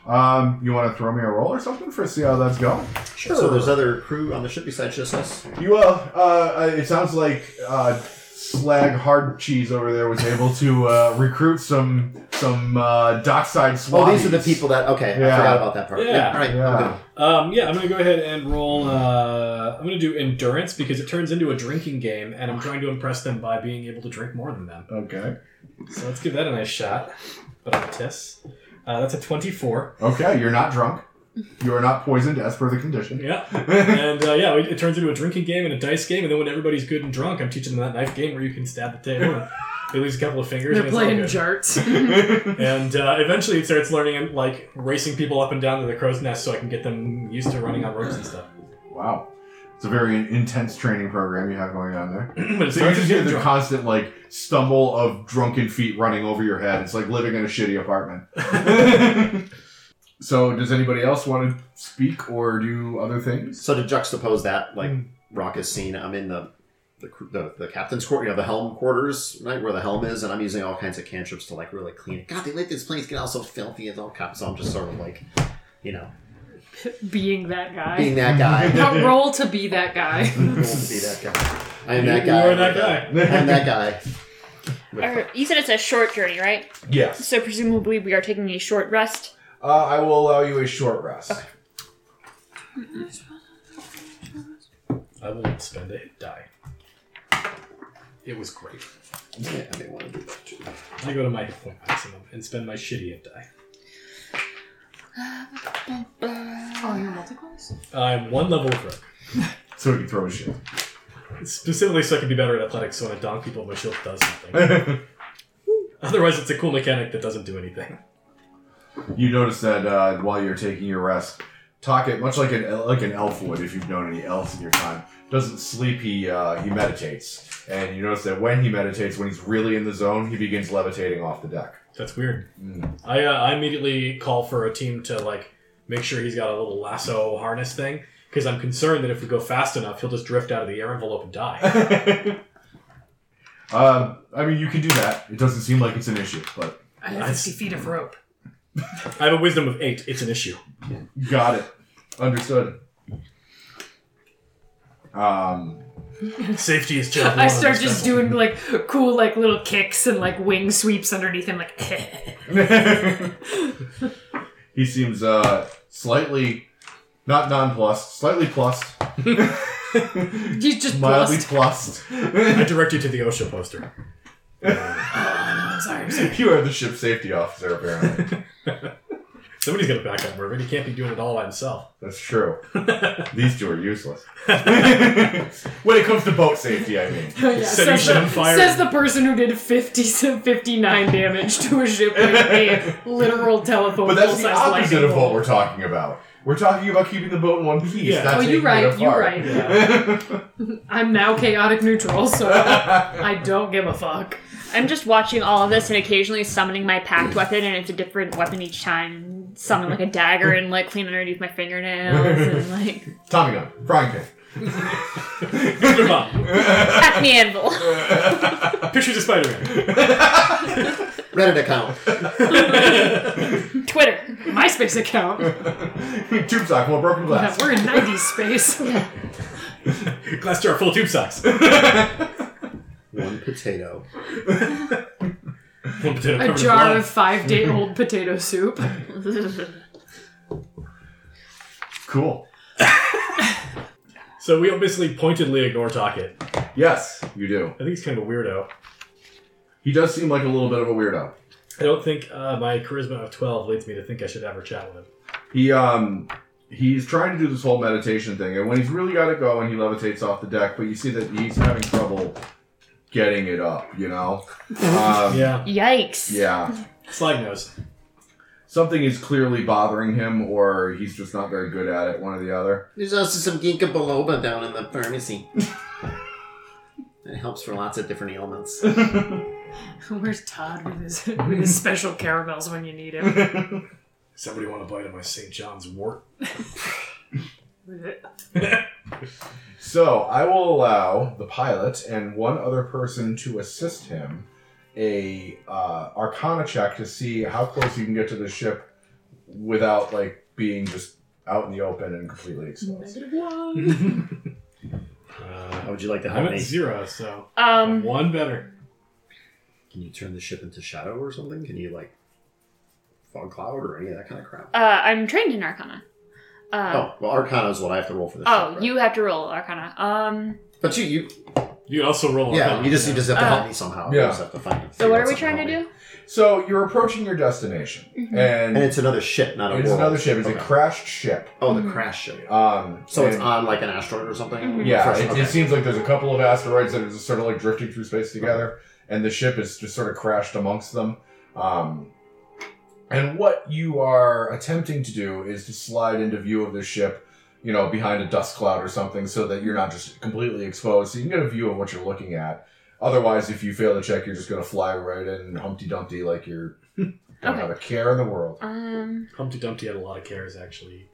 Speaker 1: Um, you want to throw me a roll or something for see how that's going?
Speaker 6: Sure. So there's other crew on the ship besides just us.
Speaker 1: You well, uh, uh, it sounds like uh, Slag Hard Cheese over there was able to uh, recruit some some uh, dockside
Speaker 6: Oh,
Speaker 1: swabbies.
Speaker 6: these are the people that. Okay,
Speaker 1: Yeah.
Speaker 6: I forgot about that part.
Speaker 2: Yeah.
Speaker 6: all right.
Speaker 1: Yeah.
Speaker 6: I'm good.
Speaker 2: Um, yeah, I'm gonna go ahead and roll. Uh, I'm gonna do endurance because it turns into a drinking game, and I'm trying to impress them by being able to drink more than them.
Speaker 1: Okay.
Speaker 2: So let's give that a nice shot. But I'm a tiss. Uh, that's a 24.
Speaker 1: Okay, you're not drunk. You are not poisoned as per the condition.
Speaker 2: Yeah. And uh, yeah, it, it turns into a drinking game and a dice game, and then when everybody's good and drunk, I'm teaching them that knife game where you can stab the table and It lose a couple of fingers.
Speaker 3: They're
Speaker 2: and it's all
Speaker 3: playing
Speaker 2: good.
Speaker 3: jarts.
Speaker 2: And uh, eventually, it starts learning and like racing people up and down to the crow's nest, so I can get them used to running on ropes and stuff.
Speaker 1: Wow. It's a very intense training program you have going on there.
Speaker 2: but it
Speaker 1: So you
Speaker 2: starts
Speaker 1: just
Speaker 2: to
Speaker 1: hear
Speaker 2: get
Speaker 1: the
Speaker 2: drunk.
Speaker 1: constant like stumble of drunken feet running over your head. It's like living in a shitty apartment. so does anybody else want to speak or do other things?
Speaker 6: So to juxtapose that, like
Speaker 2: Hmm.
Speaker 6: raucous scene, I'm in the the, cr- the the captain's court, you know, the helm quarters, right where the helm is, and I'm using all kinds of cantrips to like really clean it. God, they let this place get all so filthy and all cop. So I'm just sort of like, you know,
Speaker 3: Being that guy.
Speaker 6: being that guy.
Speaker 3: Now roll to be that guy.
Speaker 6: I want to be that guy. I am
Speaker 2: You-
Speaker 6: that guy.
Speaker 2: you are that guy.
Speaker 6: I'm that guy. With
Speaker 4: All right, Er, You said it's a short journey, right?
Speaker 1: Yes.
Speaker 4: So presumably we are taking a short rest.
Speaker 1: Uh, I will allow you a short rest.
Speaker 2: I will spend a hit die. It was great.
Speaker 6: Yeah, I didn't want to do that. Too.
Speaker 2: I go to my hit point maximum and spend my shitty hit die.
Speaker 3: oh, you're multi-class?
Speaker 2: I'm one level of rogue.
Speaker 1: So he can throw his shit.
Speaker 2: Specifically, so I can be better at athletics, so when I donk people, my shield does something. Otherwise, it's a cool mechanic that doesn't do anything.
Speaker 1: You notice that uh, while you're taking your rest, Tocket, much like an el- like an elf would, if you've known any elves in your time, doesn't sleep. He uh, he meditates, and you notice that when he meditates, when he's really in the zone, he begins levitating off the deck.
Speaker 2: That's weird.
Speaker 1: Mm.
Speaker 2: I, uh, I immediately call for a team to like make sure he's got a little lasso harness thing because I'm concerned that if we go fast enough, he'll just drift out of the air envelope and die.
Speaker 1: Um, I mean, you can do that. It doesn't seem like it's an issue, but
Speaker 3: I have 50 feet of rope.
Speaker 2: I have a wisdom of eight. It's an issue.
Speaker 1: you got it. Understood. Um,
Speaker 2: Safety is just.
Speaker 3: I start just doing like cool like little kicks and like wing sweeps underneath him like
Speaker 1: he seems uh, slightly, not nonplussed, slightly plussed,
Speaker 3: he's just
Speaker 1: mildly
Speaker 3: blessed.
Speaker 1: plussed.
Speaker 2: I direct you to the OSHA poster.
Speaker 3: I'm sorry, I'm sorry.
Speaker 1: you are the ship safety officer, apparently.
Speaker 2: Somebody's gonna back up Mervin. He can't be doing it all by himself.
Speaker 1: That's true. These two are useless. when it comes to boat safety, I mean.
Speaker 3: Yeah,
Speaker 2: Said he
Speaker 3: says,
Speaker 2: should
Speaker 3: the,
Speaker 2: have fired.
Speaker 3: says the person who did 50, 59 damage to a ship with a literal telephone
Speaker 1: But that's the
Speaker 3: full-size
Speaker 1: opposite
Speaker 3: lightning
Speaker 1: of what
Speaker 3: bolt.
Speaker 1: we're talking about. We're talking about keeping the boat in one piece.
Speaker 2: Yeah.
Speaker 1: not
Speaker 3: Oh, you're
Speaker 1: taking it
Speaker 3: right, you're
Speaker 1: apart.
Speaker 3: right. I'm now chaotic neutral, so I don't give a fuck.
Speaker 4: I'm just watching all of this and occasionally summoning my packed weapon, and it's a different weapon each time. Summon like a dagger and like clean underneath my fingernails and like
Speaker 1: Tommy gun, frying pan.
Speaker 2: Come on.
Speaker 4: at the anvil.
Speaker 2: Pictures of Spider-Man.
Speaker 6: Reddit account.
Speaker 4: Twitter.
Speaker 3: MySpace account.
Speaker 1: Tube sock, well, broken
Speaker 3: Yeah,
Speaker 1: glass.
Speaker 3: we're in 90s space.
Speaker 2: Glass jar full of tube socks.
Speaker 6: One potato.
Speaker 2: One potato covered
Speaker 3: A
Speaker 2: in
Speaker 3: jar
Speaker 2: blood.
Speaker 3: of five day old potato soup.
Speaker 1: Cool.
Speaker 2: So we basically pointedly ignore Tocket.
Speaker 1: Yes, you do.
Speaker 2: I think he's kind of a weirdo.
Speaker 1: He does seem like a little bit of a weirdo.
Speaker 2: I don't think uh, my charisma of 12 leads me to think I should ever chat with him.
Speaker 1: He um he's trying to do this whole meditation thing, and when he's really got it going, he levitates off the deck. But you see that he's having trouble getting it up. You know. Um,
Speaker 2: Yeah.
Speaker 4: Yikes.
Speaker 1: Yeah.
Speaker 2: Slag knows.
Speaker 1: Something is clearly bothering him, or he's just not very good at it. One or the other.
Speaker 6: There's also some ginkgo biloba down in the pharmacy. it helps for lots of different ailments.
Speaker 3: Where's Todd with his, with his special caramels when you need him?
Speaker 2: Somebody want to bite of my St. John's wort?
Speaker 1: So I will allow the pilot and one other person to assist him a uh, Arcana check to see how close you can get to the ship without like being just out in the open and completely exposed.
Speaker 3: Negative one.
Speaker 6: How
Speaker 2: Uh,
Speaker 6: would you like to
Speaker 2: I'm
Speaker 6: help
Speaker 2: at
Speaker 6: me?
Speaker 2: zero, so
Speaker 4: Um.
Speaker 2: one better.
Speaker 6: Can you turn the ship into shadow or something? Can you like fog cloud or any of that kind of crap?
Speaker 4: Uh, I'm trained in Arcana. Uh,
Speaker 6: oh, well, Arcana is what I have to roll for this.
Speaker 4: oh,
Speaker 6: right?
Speaker 4: you have to roll Arcana. Um.
Speaker 6: But you, you,
Speaker 2: You can also roll.
Speaker 6: yeah,
Speaker 2: Arcana.
Speaker 6: you just you just have to
Speaker 4: Uh,
Speaker 6: help me somehow. You
Speaker 1: Oh, yeah.
Speaker 6: just have to find.
Speaker 4: So
Speaker 6: figure
Speaker 4: what are
Speaker 6: out
Speaker 4: we
Speaker 6: something
Speaker 4: trying to
Speaker 6: help
Speaker 4: do?
Speaker 6: me.
Speaker 1: So you're approaching your destination, and,
Speaker 6: And it's another ship, not a
Speaker 1: it is
Speaker 6: world.
Speaker 1: another ship. It's
Speaker 6: Okay.
Speaker 1: a crashed ship.
Speaker 6: Oh,
Speaker 4: Mm-hmm.
Speaker 6: the crash ship.
Speaker 1: Um,
Speaker 6: So it's
Speaker 1: and-
Speaker 6: on like an asteroid or something.
Speaker 5: Mm-hmm.
Speaker 4: Mhm.
Speaker 1: Yeah,
Speaker 6: First-
Speaker 1: it,
Speaker 6: okay.
Speaker 1: it seems like there's a couple of asteroids that are just sort of like drifting through space together, and the ship is just sort of crashed amongst them. Um, and what you are attempting to do is to slide into view of the ship, you know, behind a dust cloud or something, so that you're not just completely exposed, so you can get a view of what you're looking at. Otherwise, if you fail the check, you're just going to fly right in Humpty Dumpty like you're don't
Speaker 4: Okay.
Speaker 1: have a care in the world.
Speaker 4: Um,
Speaker 2: Humpty Dumpty had a lot of cares, actually.